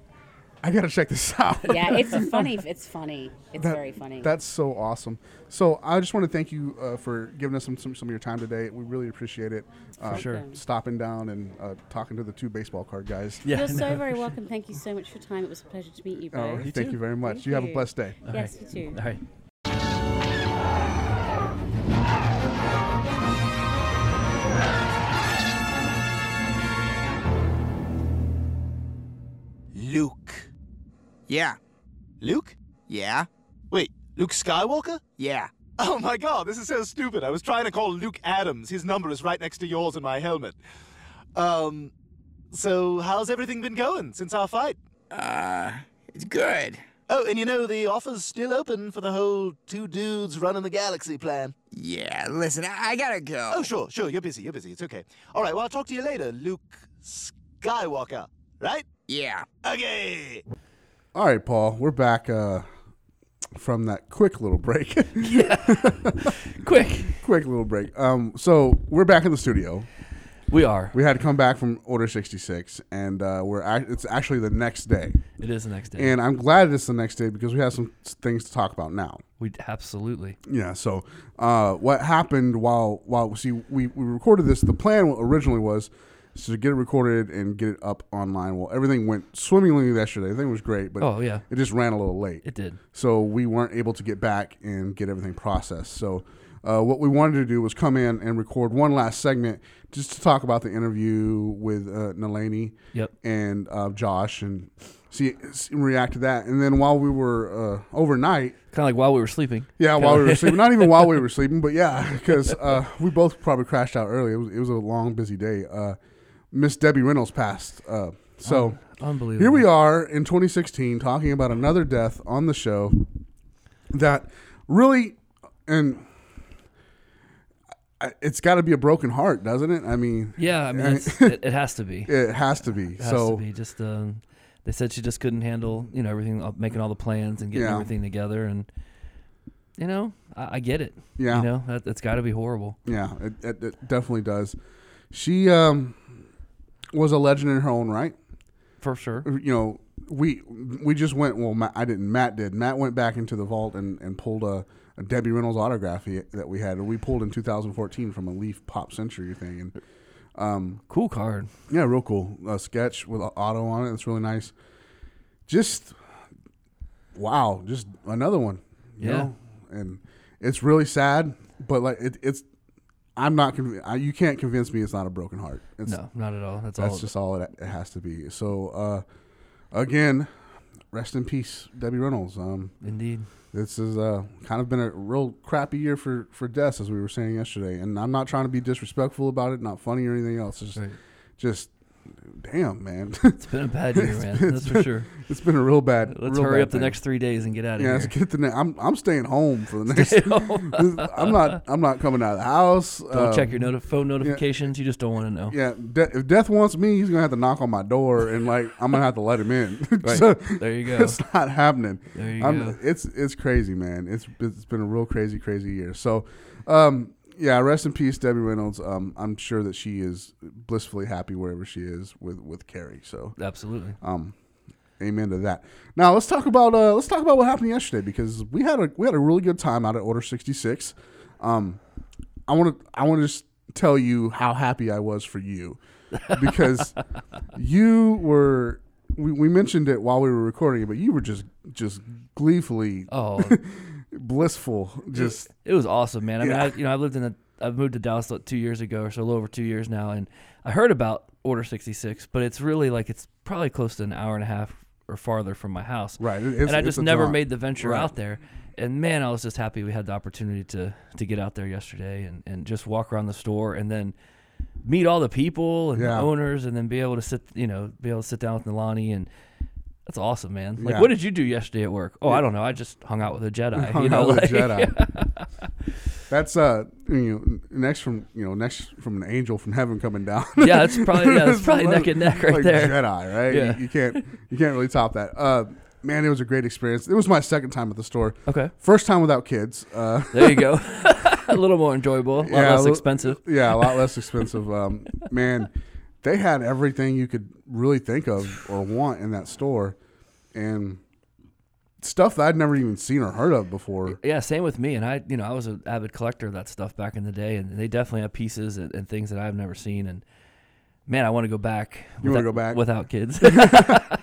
I gotta check this out.
Yeah, it's funny. It's funny. It's
That-
very funny.
That's so awesome. So I just want to thank you uh, for giving us some, some some of your time today. We really appreciate it. Uh,
sure.
Welcome.
Stopping down and uh, talking to the two baseball card guys.
Yeah.
You're so
no.
very welcome. Thank you so much for your time. It was a pleasure to meet you
All
both.
right, Oh, thank
too.
you very much.
Thank
you have a
you.
blessed day.
All
yes,
right.
you too.
All right.
Luke. Yeah. Luke? Yeah. Wait, Luke Skywalker? Yeah.
Oh my god, this is so stupid. I was trying to call Luke Adams. His number is right next to yours in my helmet. Um, so how's everything been going since our fight?
Uh, It's good.
Oh, and you know, the offer's still open for the whole two dudes running the galaxy plan.
Yeah, listen, I, I gotta go.
Oh, sure, sure, you're busy, you're busy, it's okay. All right, well, I'll talk to you later, Luke Skywalker, right?
yeah.
Okay.
All right, Paul. We're back uh, from that quick little break.
Quick.
quick little break. Um, so we're back in the studio.
We are.
We had to come back from Order 66, and uh, we're ac- it's actually the next day.
It is the next day.
And I'm glad it's the next day because we have some s- things to talk about now.
we absolutely.
Yeah. So, uh, what happened while while see we, we recorded this? The plan originally was is to get it recorded and get it up online. Well, everything went swimmingly yesterday. Everything was great, but
Oh, yeah.
it just ran a little late.
It did.
So we weren't able to get back and get everything processed. So. Uh, what we wanted to do was come in and record one last segment just to talk about the interview with uh, Nalani
Yep.
and uh, Josh and see, see react to that. And then while we were uh, overnight,
Kind of like while we were sleeping.
yeah, while we were sleeping. Not even while we were sleeping, but yeah, because uh, we both probably crashed out early. It was, it was a long, busy day. Uh, Miss Debbie Reynolds passed. Uh, so
Unbelievable.
here we are in 2016 talking about another death on the show that really, and I- it's got to be a broken heart, doesn't it? I mean,
Yeah. I mean,
I-
it's, it, it has to be.
it has to be.
has
so
to be just um, they said she just couldn't handle you know everything uh, making all the plans and getting
Yeah.
everything together and you know I, I get it
Yeah.
you know that, that's got to be horrible
yeah, it, it, it definitely does. She um, was a legend in her own right.
for sure
you know, we we just went. Well, Matt, I didn't. Matt did. Matt went back into the vault and, and pulled a, a Debbie Reynolds autograph he, that we had. We pulled in 2014 from a Leaf Pop Century thing, and
Cool card.
yeah, real cool uh, sketch with a- Otto on it. It's really nice. Just wow, just another one. You
Yeah.
know? and it's really sad, but like it, it's. I'm not. Conv- I, you can't convince me it's not a broken heart. It's,
No, not at all. That's, all.
that's just all it, it has to be. So, uh, again, rest in peace, Debbie Reynolds. Um,
Indeed.
this has uh, kind of been a real crappy year for, for deaths, as we were saying yesterday. And I'm not trying to be disrespectful about it, not funny or anything else. It's just,
Right.
just damn, man.
It's been a bad year, man. That's for sure.
it's been a real bad.
Let's
real
hurry
bad
up the
thing.
next three days and get out of
Yeah, let's
here.
get the next. I'm I'm staying home for the next. I'm not I'm not coming out of the house.
Don't
Um,
check your noti- phone notifications. You just don't want to know.
Yeah, de- if death wants me, he's gonna have to knock on my door, and like I'm gonna have to let him in.
Right.
So,
There you go.
it's not happening.
There you
I'm,
go.
It's it's crazy, man. It's it's been a real crazy, crazy year. So, um, yeah, rest in peace, Debbie Reynolds. Um, I'm sure that she is blissfully happy wherever she is with with Carrie. So,
Absolutely.
Oh. amen to that. Now let's talk about uh, let's talk about what happened yesterday because we had a we had a really good time out at Order 66. Um, I want to I want to just tell you how happy I was for you because you were we, we mentioned it while we were recording it, but you were just just gleefully
oh,
blissful. Just
it was awesome, man. I mean,
Yeah.
I, you know, I lived in a, I've moved to Dallas like, two years ago or so, a little over two years now, and I heard about Order 66, but it's really like it's probably close to an hour and a half or farther from my house.
Right, it- it's-
and I
it's
just
a
never
jaunt.
made the venture
Right.
out there. And man, I was just happy we had the opportunity to to get out there yesterday and, and just walk around the store and then meet all the people and
Yeah.
the owners and then be able to sit, you know, be able to sit down with Nilani and that's awesome, man. Like,
Yeah.
what did you do yesterday at work? Oh, I don't know. I just hung out with a Jedi.
hung
you know,
out with a
like-
Jedi. That's uh, you know, next from you know, next from an angel from heaven coming down.
Yeah, that's probably- yeah, that's probably neck and neck right
like
there.
Jedi, right? You-
Yeah.
You, can't you can't really top that. Uh, man, it was a great experience. It was my second time at the store.
Okay.
First time without kids. Uh,
There you go. a little more enjoyable, a lot
yeah, a
less
little-
expensive.
Yeah, a lot less expensive. Um, man, they had everything you could really think of or want in that store, and stuff that I'd never even seen or heard of before.
Yeah, same with me. And I, you know, I was an avid collector of that stuff back in the day, and they definitely have pieces and, and things that I've never seen. And man, I want to go back.
You wanna go
without-
back?
without kids? to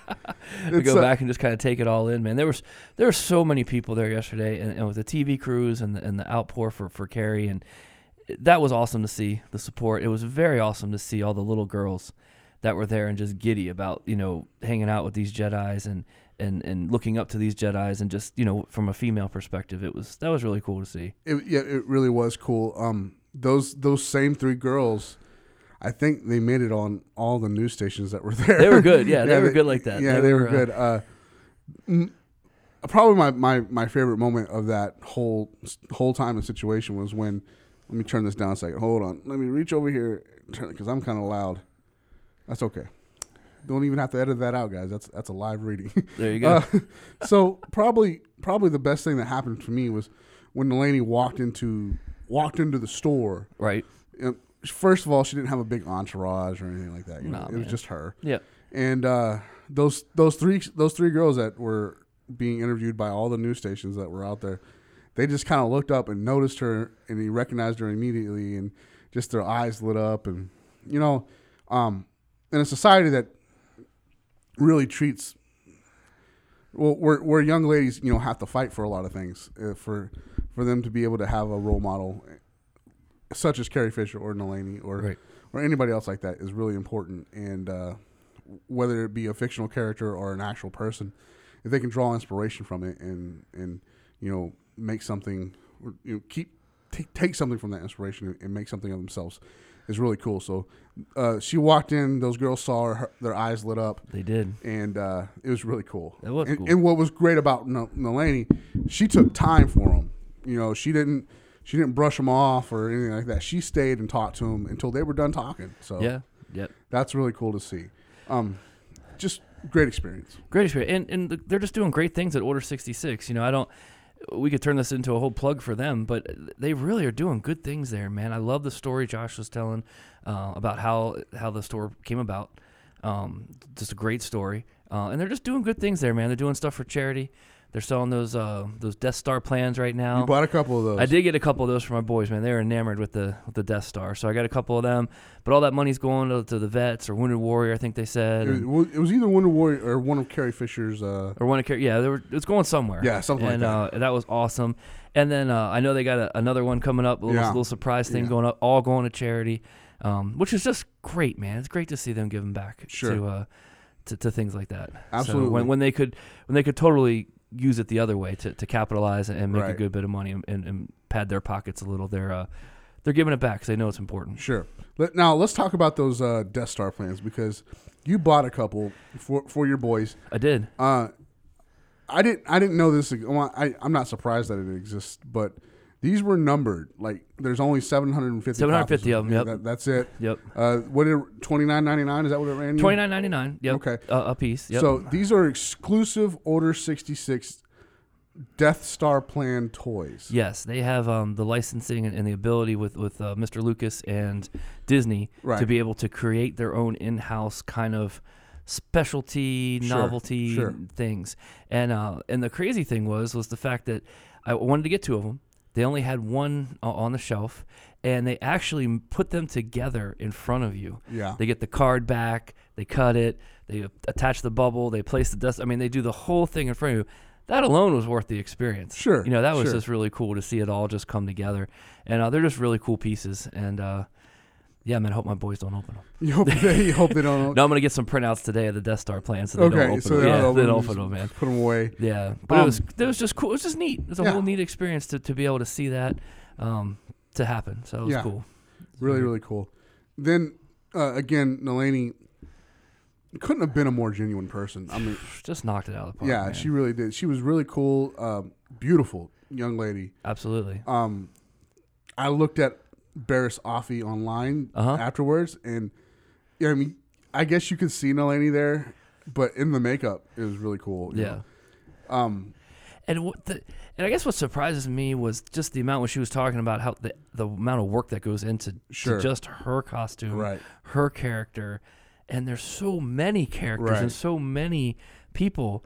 It's,
go
uh,
back and just kind of take it all in, man. There was there were so many people there yesterday, and, and with the TV crews and the, and the outpour for for Carrie, and that was awesome to see the support. It was very awesome to see all the little girls that were there and just giddy about you know hanging out with these Jedi's and and and looking up to these Jedi's and just you know from a female perspective, it was that was really cool to see.
it, yeah, it really was cool. Um, those those same three girls, I think they made it on all the news stations that were there.
They were good, yeah, they were good like that.
Yeah, they,
They
were,
were, uh,
good. Uh, mm, probably my, my my favorite moment of that whole whole time and situation was when. Let me turn this down a second. Hold on. Let me reach over here because I'm kind of loud. That's okay. Don't even have to edit that out, guys. That's that's a live reading.
There you go.
Uh, so probably probably the best thing that happened to me was when Delaney walked into walked into the store.
right.
You know, First of all, she didn't have a big entourage or anything like that. You know,
Nah,
it was
man.
just her.
Yep.
And uh, those those three those three girls that were being interviewed by all the news stations that were out there, they just kind of looked up and noticed her, and he recognized her immediately, and just their eyes lit up, and you know, um, in a society that really treats well, where where young ladies you know have to fight for a lot of things uh, for for them to be able to have a role model such as Carrie Fisher or Nalani or
Right.
or anybody else like that is really important and uh, whether it be a fictional character or an actual person if they can draw inspiration from it and and you know make something or, you know keep take, take something from that inspiration and, and make something of themselves is really cool so uh, she walked in those girls saw her, her their eyes lit up
They did.
and uh, it was really cool.
That was
and,
cool.
and what was great about N- Nalani, she took time for him. You know, she didn't she didn't brush him off or anything like that. She stayed and talked to him until they were done talking. So
Yeah. Yep.
that's really cool to see. Um, just great experience.
Great experience, and and th- they're just doing great things at Order sixty six. You know, I don't. We could turn this into a whole plug for them, but they really are doing good things there, man. I love the story Josh was telling uh, about how how the store came about. Um, just a great story. Uh, and they're just doing good things there, man. They're doing stuff for charity. They're selling those uh, those Death Star plans right now.
You bought a couple of those.
Oh. I did get a couple of those for my boys, man. They were enamored with the with the Death Star, so I got a couple of them. But all that money's going to, to the vets or Wounded Warrior, I think they said,
It
and-
was, it was either Wonder Warrior or one of Carrie Fisher's. Uh,
or one of Car- yeah, they were, it's going somewhere.
Yeah, something like
and,
that.
Uh, that was awesome. And then uh, I know they got a, another one coming up, a little,
Yeah.
little surprise thing going up, all going to charity, um, which is just great, man. It's great to see them giving back
Sure.
to, uh, to to things like that. So
Absolutely.
when, when they could when they could totally use it the other way to, to capitalize and make a
Right.
good bit of money and, and, and pad their pockets a little, they're uh, they're giving it back because they know it's important.
sure. Let, now let's talk about those uh, Death Star plans because you bought a couple for for your boys.
I did.
Uh, I didn't. I didn't know this. well, I, I'm not surprised that it exists, but these were numbered. Like, there's only 750.
750
copies
of 'em,
Yeah,
yep.
that- that's it.
Yep.
Uh, what? did- 29.99. Is that what it ran? you?
Twenty nine ninety nine. Yep.
Okay.
Uh, a piece. Yep.
So these are exclusive Order 66 Death Star plan toys.
Yes, they have um, the licensing and, and the ability with with uh, Mr. Lucas and Disney to
Right.
be able to create their own in-house kind of specialty novelty
sure.
things. And uh, and the crazy thing was was the fact that I wanted to get two of them. They only had one uh, on the shelf, and they actually m- put them together in front of you.
Yeah.
They get the card back. They cut it. They attach the bubble. They place the dust. I mean, they do the whole thing in front of you. That alone was worth the experience.
Sure,
You know, that was
sure.
just really cool to see it all just come together. And uh, they're just really cool pieces. And uh, yeah, man, I hope my boys don't open them.
You hope they, you hope they don't.
No, I'm going to get some printouts today of the Death Star plan so they don't
okay,
open
so
them.
they
yeah,
don't
they
open
don't
them,
open
just
them, man.
Put them away.
Yeah, but it
Um,
was that was just cool. It was just neat. It was a
Yeah.
whole neat experience to, to be able to see that um, to happen. So it was
Yeah.
cool.
Really, really cool. Then uh, again, Nalani couldn't have been a more genuine person. I mean,
Just knocked it out of the park.
yeah,
man.
she really did. She was really cool, um, beautiful young lady.
absolutely.
Um, I looked at Barris Offee online
Uh-huh.
afterwards, and yeah, I mean, I guess you could see Nalani there, but in the makeup, it was really cool. you
Yeah.
know?
Um,
Um,
and what the, and I guess what surprises me was just the amount when she was talking about how the the amount of work that goes into to
Sure.
just her costume,
Right.
her character, and there's so many characters
Right.
and so many people.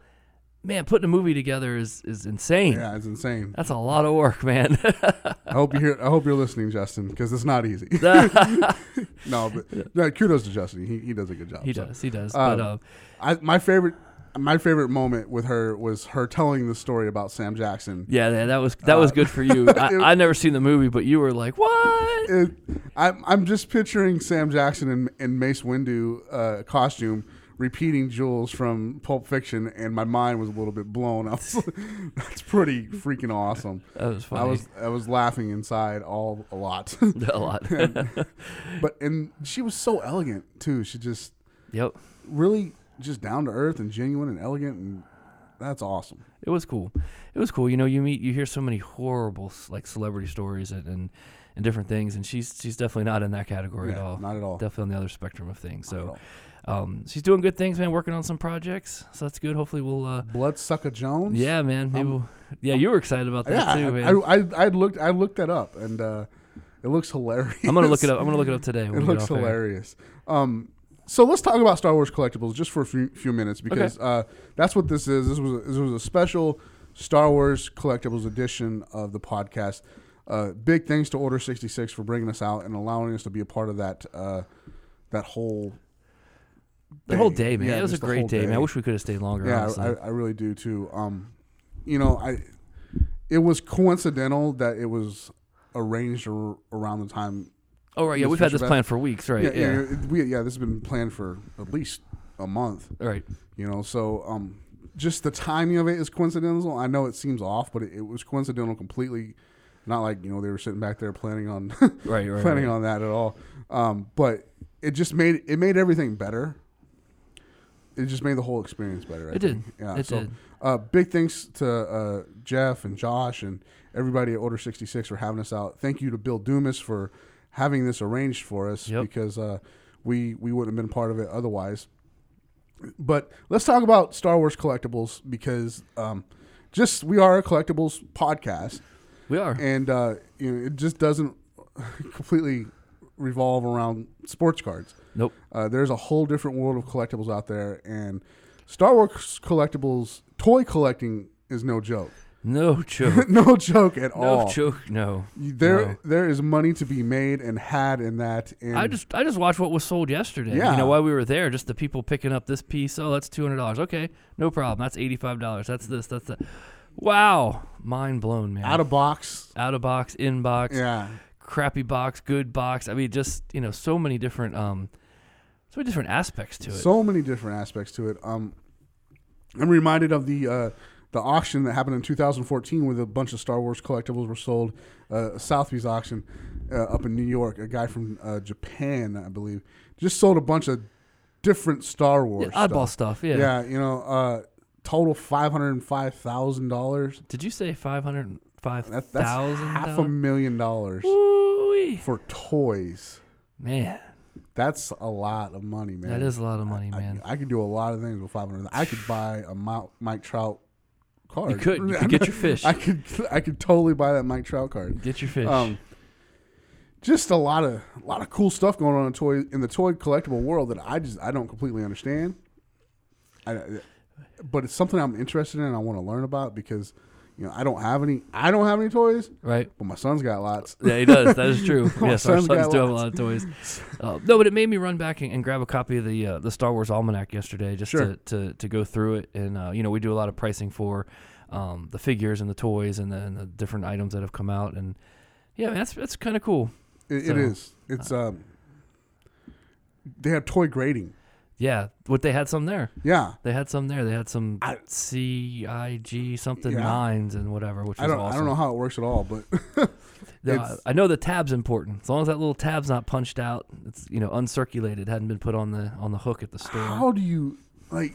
Man, putting a movie together is is insane.
Yeah, it's insane.
That's a lot of work, man.
I hope you hear. I hope you're listening, Justin, because it's not easy. no, but no, kudos to Justin. He, he does a good job.
he
so.
does, he does.
Um,
but uh,
I, my favorite, my favorite moment with her was her telling the story about Sam Jackson.
yeah, that, that was that
uh,
was good for you. I, I never seen the movie, but you were like, what?
It, I'm I'm just picturing Sam Jackson in, in Mace Windu uh, costume repeating Jules from Pulp Fiction, and my mind was a little bit blown. I was, that's pretty freaking awesome.
That was
I
funny.
was I was laughing inside all a lot,
a lot.
but and she was so elegant too. She just
yep.
really just down to earth and genuine and elegant, and that's awesome.
it was cool. It was cool. You know, you meet, you hear so many horrible s- like celebrity stories and, and, and different things, and she's she's definitely not in that category at
Yeah,
all.
not at all.
Definitely on the other spectrum of things. So, um, she's doing good things, man. Working on some projects, so that's good. Hopefully, we'll. Uh,
Bloodsucker Jones.
yeah, man. Maybe. we'll, yeah, you were excited about that
Yeah,
too,
I,
man.
I, I I looked I looked that up and uh, it looks hilarious.
am gonna look it up. I'm gonna look it up today. when
It
we get
looks
off air.
hilarious. Um, so let's talk about Star Wars collectibles just for a few, few minutes because uh, that's what this is. This was a, this was a special Star Wars collectibles edition of the podcast. Uh, big thanks to Order 66 for bringing us out and allowing us to be a part of that uh, that whole
The whole
day.
day, man.
Yeah,
it was a
just the
great
whole
day, man. I
day.
wish we could have stayed longer.
Yeah,
honestly.
I, I really do too. Um, you know, I it was coincidental that it was arranged ar- around the time.
oh right, yeah.
Miss
We've had
Fisher
this
Bat-
planned for weeks, right?
Yeah, yeah, yeah, it- we, yeah. This has been planned for at least a month.
All right.
You know, so um, just the timing of it is coincidental. I know it seems off, but it, it was coincidental completely. Not like you know they were sitting back there planning on
Right, right,
planning
right.
on that at all. Um, but it just made it made everything better. It just made the whole experience better. I
It did.
think. Yeah.
It
so,
did.
Uh, big thanks to uh, Jeff and Josh and everybody at Order sixty six for having us out. Thank you to Bill Dumas for having this arranged for us
Yep.
because uh, we we wouldn't have been part of it otherwise. But let's talk about Star Wars collectibles because um, just we are a collectibles podcast,
We are.
and uh, you know, it just doesn't completely revolve around sports cards.
nope.
Uh, there's a whole different world of collectibles out there, and Star Wars collectibles, toy collecting is no joke.
No joke.
no joke at
No
all.
joke. No.
There,
No.
there is money to be made and had in that. And
I just I just watched what was sold yesterday.
Yeah.
You know, while we were there, just the people picking up this piece. Oh, that's two hundred dollars. Okay, no problem. That's eighty five dollars. That's this. That's that. Wow, mind blown, man.
out of box.
out of box, in box,
Yeah,
crappy box, good box. I mean, just you know, so many different um, so many different aspects to it.
so many different aspects to it. Um, I'm reminded of the uh, the auction that happened in 2014, where a bunch of Star Wars collectibles were sold. Uh, Sotheby's auction uh, up in New York. A guy from uh, Japan, I believe, just sold a bunch of different Star Wars
Oddball stuff. Yeah.
Yeah, you know, uh, total five hundred and five thousand dollars.
Did you say five hundred five
That, that's
thousand?
half a million dollars for toys.
Man,
That's a lot of money, man.
that is a lot of money, man.
I, I could do a lot of things with five hundred. I could buy a Mount, Mike Trout card.
you could you could get your fish.
I could. I could totally buy that Mike Trout card.
get your fish.
Um, just a lot of a lot of cool stuff going on in toy in the toy collectible world that I just I don't completely understand. I, but it's something I'm interested in. and I want to learn about because you know I don't have any. I don't have any toys,
right.
but my son's got lots.
Yeah, he does. That is true.
My
yes, our
son's got
sons do have a
lots.
lot of toys. Uh, no, but it made me run back and, and grab a copy of the uh, the Star Wars Almanac yesterday just
Sure.
to, to, to go through it. And, uh, you know, we do a lot of pricing for um, the figures and the toys and the, and the different items that have come out. And, yeah, man, that's, that's kind of cool.
It,
So, uh,
it is. It's um. They have toy grading.
Yeah, what they had some there.
Yeah,
They had some there. They had some
I-
CIG something
Yeah.
nines and whatever, which
I
was
don't.
awesome.
I don't know how it works at all, but
No, I-
It's-
I know the tab's important. As long as that little tab's not punched out, it's you know uncirculated, hadn't been put on the on the hook at the store.
how do you like?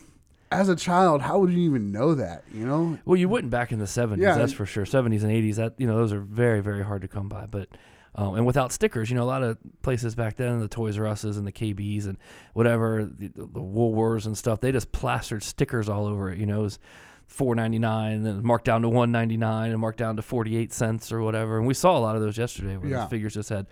As a child, how would you even know that? You know,
Well, you wouldn't back in the seventies,
Yeah.
that's for sure. Seventies and eighties, that you know, those are very, very hard to come by. But um, and without stickers, you know, a lot of places back then, the Toys R Us's and the KBs and whatever, the, the Woolworths and stuff, they just plastered stickers all over it. You know, it was four ninety nine, then marked down to one ninety nine, and marked down to forty eight cents or whatever. And we saw a lot of those yesterday, where
Yeah.
the figures just had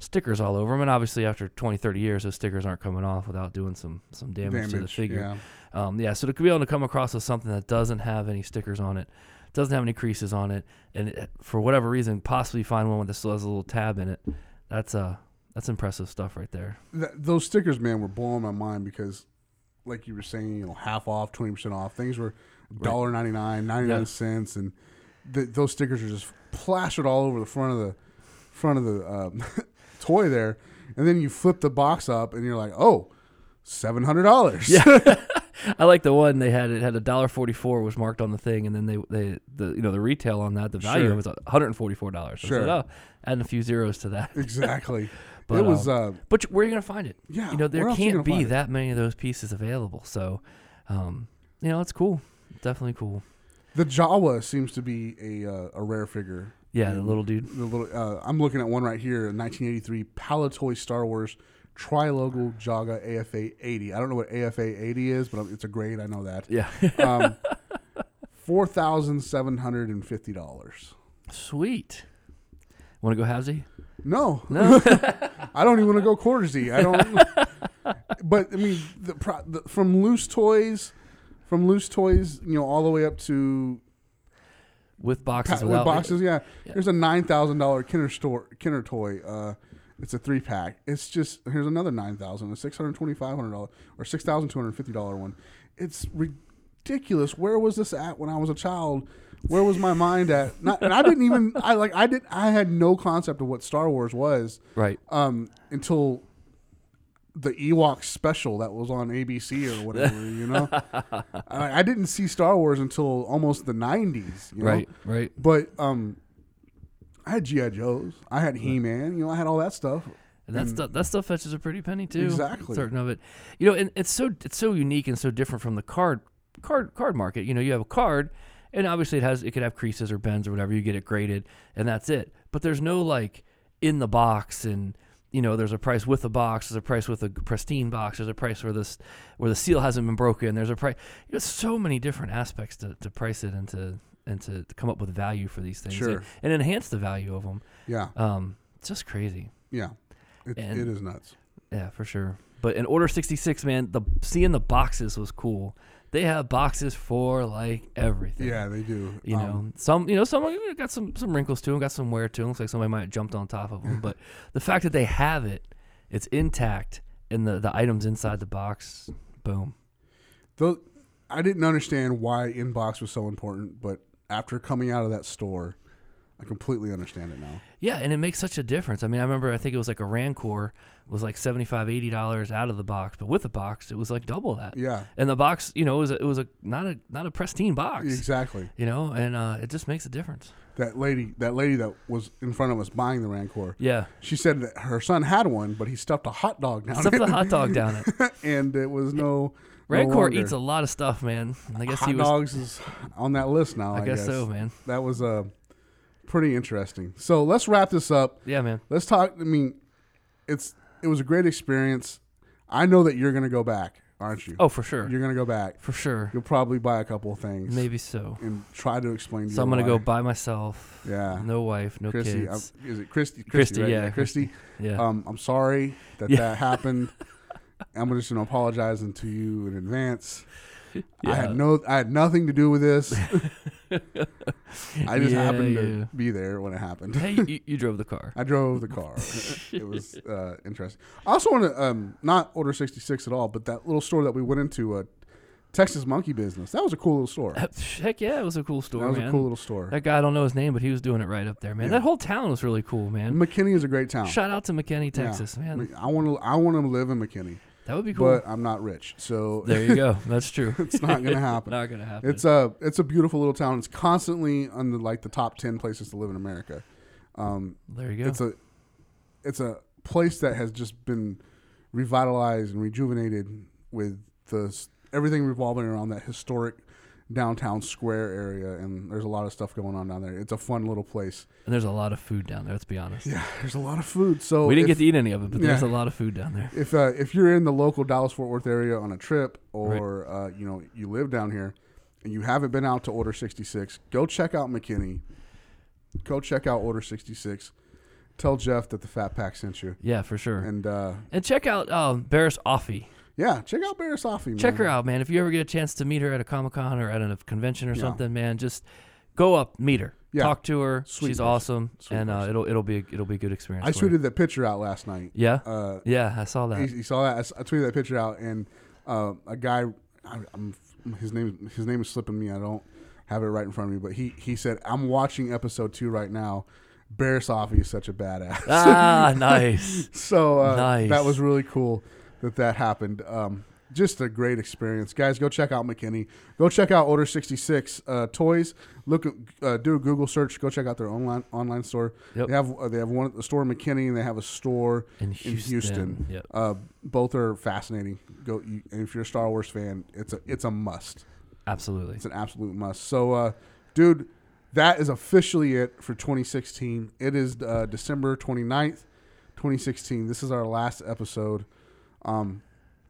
stickers all over them. And obviously, after 20, 30 years, those stickers aren't coming off without doing some some damage, to the
Damage,
figure.
yeah.
Um, yeah, so to be able to come across as something that doesn't have any stickers on it, doesn't have any creases on it, and it, for whatever reason, possibly find one that still has a little tab in it. That's uh, that's impressive stuff right there.
th- those stickers, man, were blowing my mind because, like you were saying, you know, half off, twenty percent off. Things were dollar ninety nine, ninety nine
Yeah.
cents, and th- those stickers are just plastered all over the front of the front of the um, toy there. And then you flip the box up, and you're like, oh. Seven hundred dollars. Yeah,
I like the one they had. It had a dollar forty four was marked on the thing, and then they they the you know the retail on that the value
Sure.
was one hundred and forty four dollars.
Sure.
I said, oh, adding a few zeros to that.
exactly.
But,
it was.
um,
uh,
but where are you gonna find it?
Yeah,
you know there
where else you gonna
can't be
find it?
that many of those pieces available. So, um, you know it's cool, definitely cool.
the Jawa seems to be a uh, a rare figure.
Yeah, the little dude.
the little uh, I'm looking at one right here, a 1983 Palatoy Star Wars Trilogal Jaga AFA 80. I don't know what AFA 80 is, but it's a grade. I know that.
Yeah,
Um, Four thousand seven hundred and fifty dollars.
sweet. Want to go halvesy?
No,
No.
I don't even want to go quartersy. I don't. but I mean, the, pro, the from loose toys, from loose toys, you know, all the way up to
with boxes
pa- with
without
boxes. Yeah.
Yeah.
there's a nine thousand dollar Kinder store Kinder toy. Uh, it's a three pack. It's just here's another nine thousand, a six hundred twenty five hundred dollar or six thousand two hundred fifty dollar one. It's ridiculous. Where was this at when I was a child? Where was my mind at? Not, and I didn't even I like I did I had no concept of what Star Wars was
Right.
um, until the Ewok special that was on ABC or whatever, you know. I, I didn't see Star Wars until almost the '90s, you know?
Right, right.
But um, I had GI Joes, I had He Man, you know, I had all that stuff.
And that stuff that stuff fetches a pretty penny too.
Exactly.
Certain of it. You know, and it's so it's so unique and so different from the card card card market. You know, you have a card and obviously it has it could have creases or bends or whatever, you get it graded and that's it. But there's no like in the box and you know, there's a price with a box, there's a price with a pristine box, there's a price where this where the seal hasn't been broken, there's a price you know, so many different aspects to, to price it and to and to, to come up with value for these things
Sure.
and enhance the value of them.
Yeah,
Um, it's just crazy.
yeah, it,
and-
it is nuts.
Yeah, for sure. But in Order 66, man, the seeing the boxes was cool. They have boxes for like everything.
Yeah, they do.
You
Um,
know, some you know some you know, got some some wrinkles to them, got some wear to them. Looks like somebody might have jumped on top of them. but the fact that they have it, it's intact, and the the items inside the box, boom.
Though I didn't understand why inbox was so important, but after coming out of that store, I completely understand it now.
Yeah, and it makes such a difference. I mean, I remember I think it was like a Rancor was like 75 dollars out of the box, but with the box it was like double that.
Yeah.
and the box, you know, it was a, it was a not a not a pristine box.
Exactly.
You know, and uh, it just makes a difference.
That lady, that lady that was in front of us buying the Rancor.
Yeah.
She said that her son had one, but he stuffed a hot dog down
Stuff
it,
the hot dog down it.
and it was no. no
Rancor
longer.
eats a lot of stuff, man. I guess
hot
he was.
dogs is on that list now. I,
guess so, man.
That was uh, pretty interesting. So let's wrap this up.
Yeah, man.
Let's talk. I mean, it's it was a great experience. I know that you're gonna go back, aren't you?
Oh, for sure.
You're gonna go back.
for sure.
You'll probably buy a couple of things.
Maybe so.
And try to explain. To
So
you
I'm gonna
why.
go by myself.
Yeah.
No wife, no
Christy,
kids.
I'm- is it Christy? Christy,
Christy,
right?
yeah,
Christy.
Yeah.
Um, I'm sorry that
Yeah.
that happened. I'm just gonna apologize to you in advance. I
Yeah.
had no, I had nothing to do with this. I just
Yeah,
happened to
yeah.
be there when it happened.
hey, you, you drove the car.
I drove the car. it was uh, interesting. I also want to um, not order 66 at all, but that little store that we went into, uh, Texas Monkey Business. That was a cool little store. That
Heck yeah, it was a cool store.
was
Oh, man.
a cool little store.
That guy, I don't know his name, but he was doing it right up there, man. That whole town was really cool, man.
McKinney is a great town.
Shout out to McKinney,
Mm. Yeah.
Texas,
I
man.
mean, I want to. I want to live in McKinney,
That would be cool.
but I'm not rich, so
there you go. That's true.
it's not gonna happen.
Not gonna happen.
It's a it's a beautiful little town. It's constantly on the like the top ten places to live in America.
there you go.
It's a it's a place that has just been revitalized and rejuvenated with the s- everything revolving around that historic downtown square area and there's a lot of stuff going on down there. It's a fun little place.
and there's a lot of food down there. Let's be honest.
Yeah, there's a lot of food. So
we didn't
if,
get to eat any of it, but there's a
Yeah.
lot of food down there.
if uh, if you're in the local Dallas Fort Worth area on a trip or uh, you know you live down here and you haven't been out to Order 66, go check out McKinney. Go check out Order 66. Tell Jeff that the Fat Pack sent you.
Yeah, for sure. And,
And uh,
check out um, Barris Offie.
yeah, check out Barisafi. Man.
Check her out, man. If you ever get a chance to meet her at a comic con or at a convention or something, man, just go up, meet her,
Yeah.
talk to her.
Sweet
She's
person.
awesome, and uh, it'll it'll be a, it'll be a good experience.
I
for you.
tweeted that picture out last night.
Yeah,
Uh,
yeah, I saw that.
You, you saw that? I s- I, tweeted that picture out, and uh, a guy, I, I'm, his name, his name is slipping me. I don't have it right in front of me, but he he said, "I'm watching episode two right now." Barisafi is such a badass.
ah, nice.
so uh,
Nice.
that was really cool that that happened. Um, just a great experience, guys. Go check out McKinney. Go check out Order sixty six uh, toys. Look, at, uh, do a Google search. Go check out their online online store.
Yep.
They have uh, they have one at the store in McKinney, and they have a store
In
in
Houston.
Houston.
Yep.
Uh, both are fascinating. Go you, and if you're a Star Wars fan, it's a it's a must.
Absolutely.
It's an absolute must. So, uh, dude, that is officially it for 2016. It is uh, December 29th, 2016. This is our last episode. Um,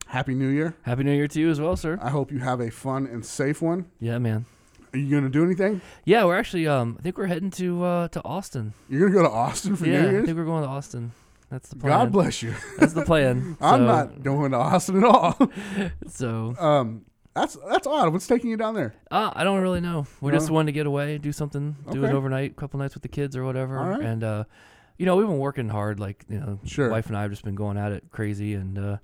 Happy New Year.
Happy New Year to you as well, sir.
I hope you have a fun and safe one.
Yeah, man.
Are you going to do anything?
Yeah, we're actually. Um, I think we're heading to uh to Austin.
You're going to go to Austin for New
yeah, I
Year's?
think we're going to Austin. That's the plan.
God bless you.
That's the plan.
I'm
So-
not going to Austin at all.
So
um, that's that's odd. What's taking you down there?
uh, I don't really know. We just
No?
wanted to get away, do something, do an
Okay.
overnight, couple nights with the kids or whatever.
All right.
And uh, you know, we've been working hard. Like you know,
Sure.
wife and I have just been going at it crazy. And uh,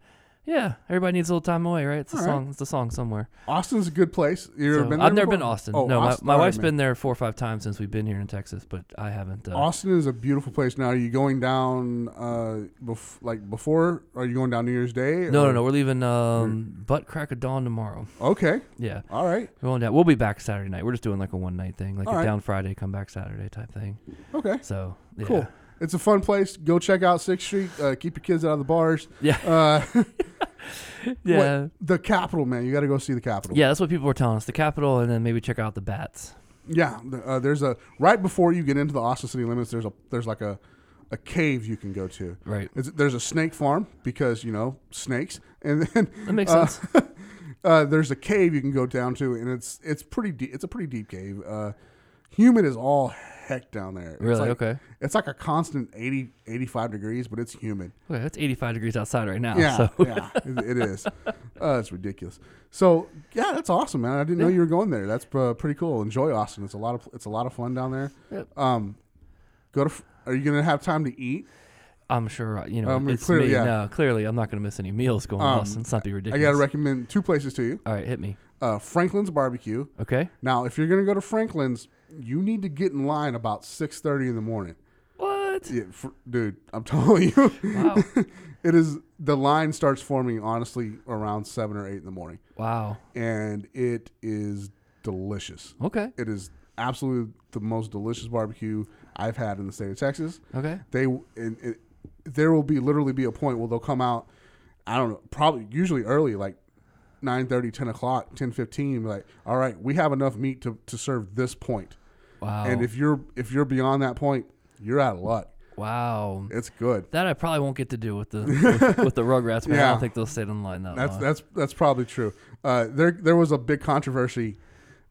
yeah, everybody needs a little time away, right? It's a
All right.
song. It's a song somewhere.
Austin's a good place. You ever
So,
been there
I've never been to
before?
Austin.
Oh,
no,
Austin.
my, my
All right,
wife's
man.
been there four or five times since we've been here in Texas, but I haven't. Uh,
Austin is a beautiful place. Now, are you going down uh, bef- like before? Are you going down New Year's Day?
No, no,
or-
no. We're leaving um, butt crack of dawn tomorrow.
Okay,
Yeah.
all right,
We're going down. We'll be back Saturday night. We're just doing like a one night thing, like a
All right.
down Friday, come back Saturday type thing.
okay,
So yeah.
cool. It's a fun place. Go check out Sixth Street. Uh, keep your kids out of the bars.
Yeah.
Uh,
Yeah.
what- the Capitol, man. You got to go see the Capitol.
Yeah, that's what people were telling us. The Capitol, and then maybe check out the bats.
yeah. th- Uh, there's a right before you get into the Austin city limits. There's a there's like a a cave you can go to.
Right.
It's, there's a snake farm because you know snakes, and then
That makes
uh,
sense.
uh, there's a cave you can go down to, and it's it's pretty deep. It's a pretty deep cave. Uh, humid as all heck down there. It's
Really?
like-
Okay.
It's like a constant 80, 85 degrees, but it's humid.
Okay, that's 85 degrees outside right now.
Yeah,
Oh, So
yeah, it it is. Uh, it's ridiculous. So yeah, that's awesome, man. I didn't know you were going there. That's uh, pretty cool. Enjoy Austin. It's a lot of it's a lot of fun down there. Um, go to. f- Are you gonna have time to eat?
I'm sure, uh, you know,
I mean,
it's
clearly,
me.
Um, yeah. Um,
No, clearly I'm not going to miss any meals going to Austin. It's not be
I
ridiculous.
gotta recommend two places to you.
All right, hit me.
Uh, Franklin's Barbecue.
Okay.
Now, if you're gonna go to Franklin's, you need to get in line about six thirty in the morning.
What?
Yeah, fr- dude, I'm telling you,
Wow.
it is. The line starts forming honestly around seven or eight in the morning,
Wow.
and it is delicious.
Okay.
It is absolutely the most delicious barbecue I've had in the state of Texas.
Okay.
They and it, there will be literally be a point where they'll come out. I don't know, probably usually early, like 9 10 o'clock, ten fifteen. Like, all right, we have enough meat to, to serve this point.
Wow.
And if you're if you're beyond that point, you're out of luck.
wow.
It's good.
That I probably won't get to do with the with, with the Rugrats, man. I
Yeah.
don't think they'll stay in line that
That's
long.
that's that's probably true. Uh, there there was a big controversy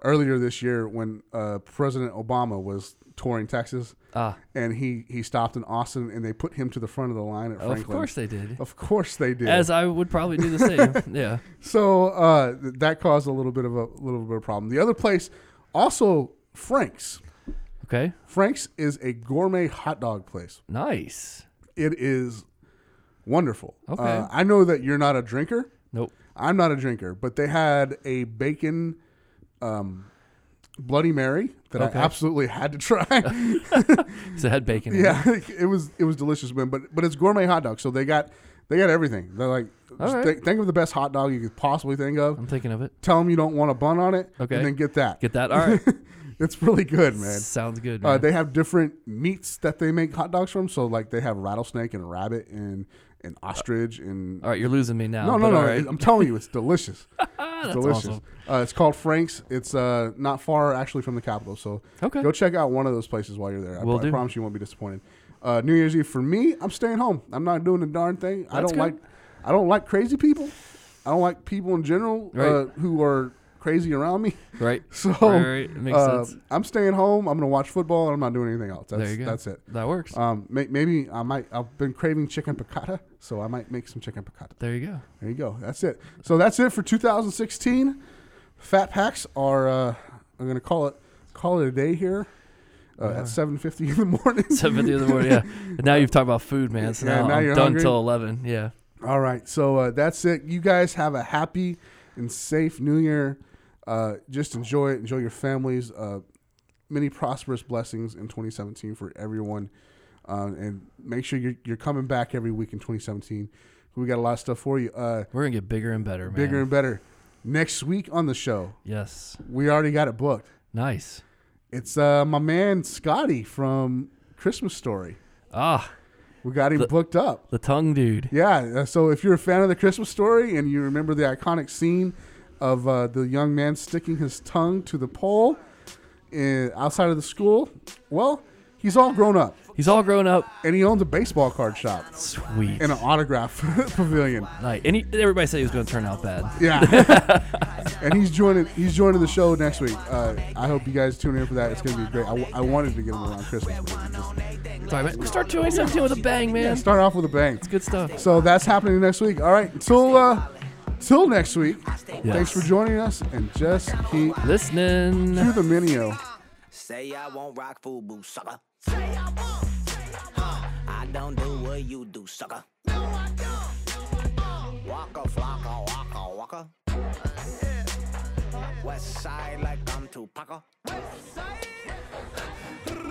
earlier this year when uh, President Obama was touring Texas,
Ah.
and he he stopped in Austin, and they put him to the front of the line at Franklin. Oh,
of course they did.
Of course they did.
As I would probably do the same. yeah.
so uh, th- that caused a little bit of a little bit of problem. The other place, also Frank's.
Okay.
Frank's is a gourmet hot dog place.
Nice.
It is wonderful.
Okay.
Uh, I know that you're not a drinker.
Nope.
I'm not a drinker, but they had a bacon um, Bloody Mary that
Okay.
I absolutely had to try.
So it had bacon. in it.
yeah, it was it was delicious, man. But but it's gourmet hot dog, so they got they got everything. They're like, just
right.
think, think of the best hot dog you could possibly think of.
I'm thinking of it.
Tell them you don't want a bun on it,
Okay.
and then get that.
Get that. All right.
it's really good, man.
Sounds good. Man.
Uh, they have different meats that they make hot dogs from. So like they have rattlesnake and rabbit and and ostrich and
all right. You're losing me now.
no, no,
Uh, but
no.
all right. Ah,
I'm telling you, it's delicious. it's delicious.
awesome.
Uh, it's called Frank's. It's uh, not far actually from the capital. So
Okay.
go check out one of those places while you're there. I,
Will
pro- I
do.
promise you won't be disappointed. Uh, New Year's Eve for me, I'm staying home. I'm not doing a darn thing. I
That's
don't
good.
like, I don't like crazy people. I don't like people in general uh,
Right.
who are crazy around me.
Right.
So
Right, right. It makes
uh,
sense.
I'm staying home. I'm gonna watch football. and I'm not doing anything else. That's,
there you go.
That's it.
That works.
Um, may- maybe I might. I've been craving chicken piccata, so I might make some chicken piccata.
there you go.
There you go. That's it. So that's it for 2016. Fat packs are. Uh, I'm gonna call it call it a day here uh, at 7:50 in the morning.
Seven the other morning. Yeah. And now you've talked about food, man. So
Yeah,
now,
now
I'm
you're
done
hungry.
till eleven. Yeah.
All right. So uh, that's it. You guys have a happy and safe New Year. Uh, just enjoy it. Enjoy your families. Uh, many prosperous blessings in 2017 for everyone. Uh, and make sure you're, you're coming back every week in 2017. We got a lot of stuff for you. Uh,
We're gonna get bigger and better, man.
bigger and better. Next week on the show,
Yes.
we already got it booked.
Nice.
It's uh, my man Scotty from Christmas Story.
Ah,
We got him booked up.
the tongue dude.
Yeah. uh, So if you're a fan of the Christmas story and you remember the iconic scene of uh, the young man sticking his tongue to the pole in, outside of the school, well, he's all grown up
He's all grown up.
and he owns a baseball card shop
Sweet.
and uh, an autograph pavilion.
Nice. And he, everybody said he was gonna turn out bad.
Yeah. and he's joining. He's joining the show next week. Uh, I hope you guys tune in for that. It's gonna be great. I, w- I wanted to get him around Christmas. but it just-
Sorry, man. Start 2017 with a bang, man.
Start off with a bang.
Good stuff.
So that's happening next week. All right. Until uh, till next week. Thanks for joining us and just keep
listening.
to the menu.
Say I won't rock FUBU, sucker. I don't do what you do, sucker. Waka flocka, waka waka. West side like I'm Tupac. Oh. Oh. Uh,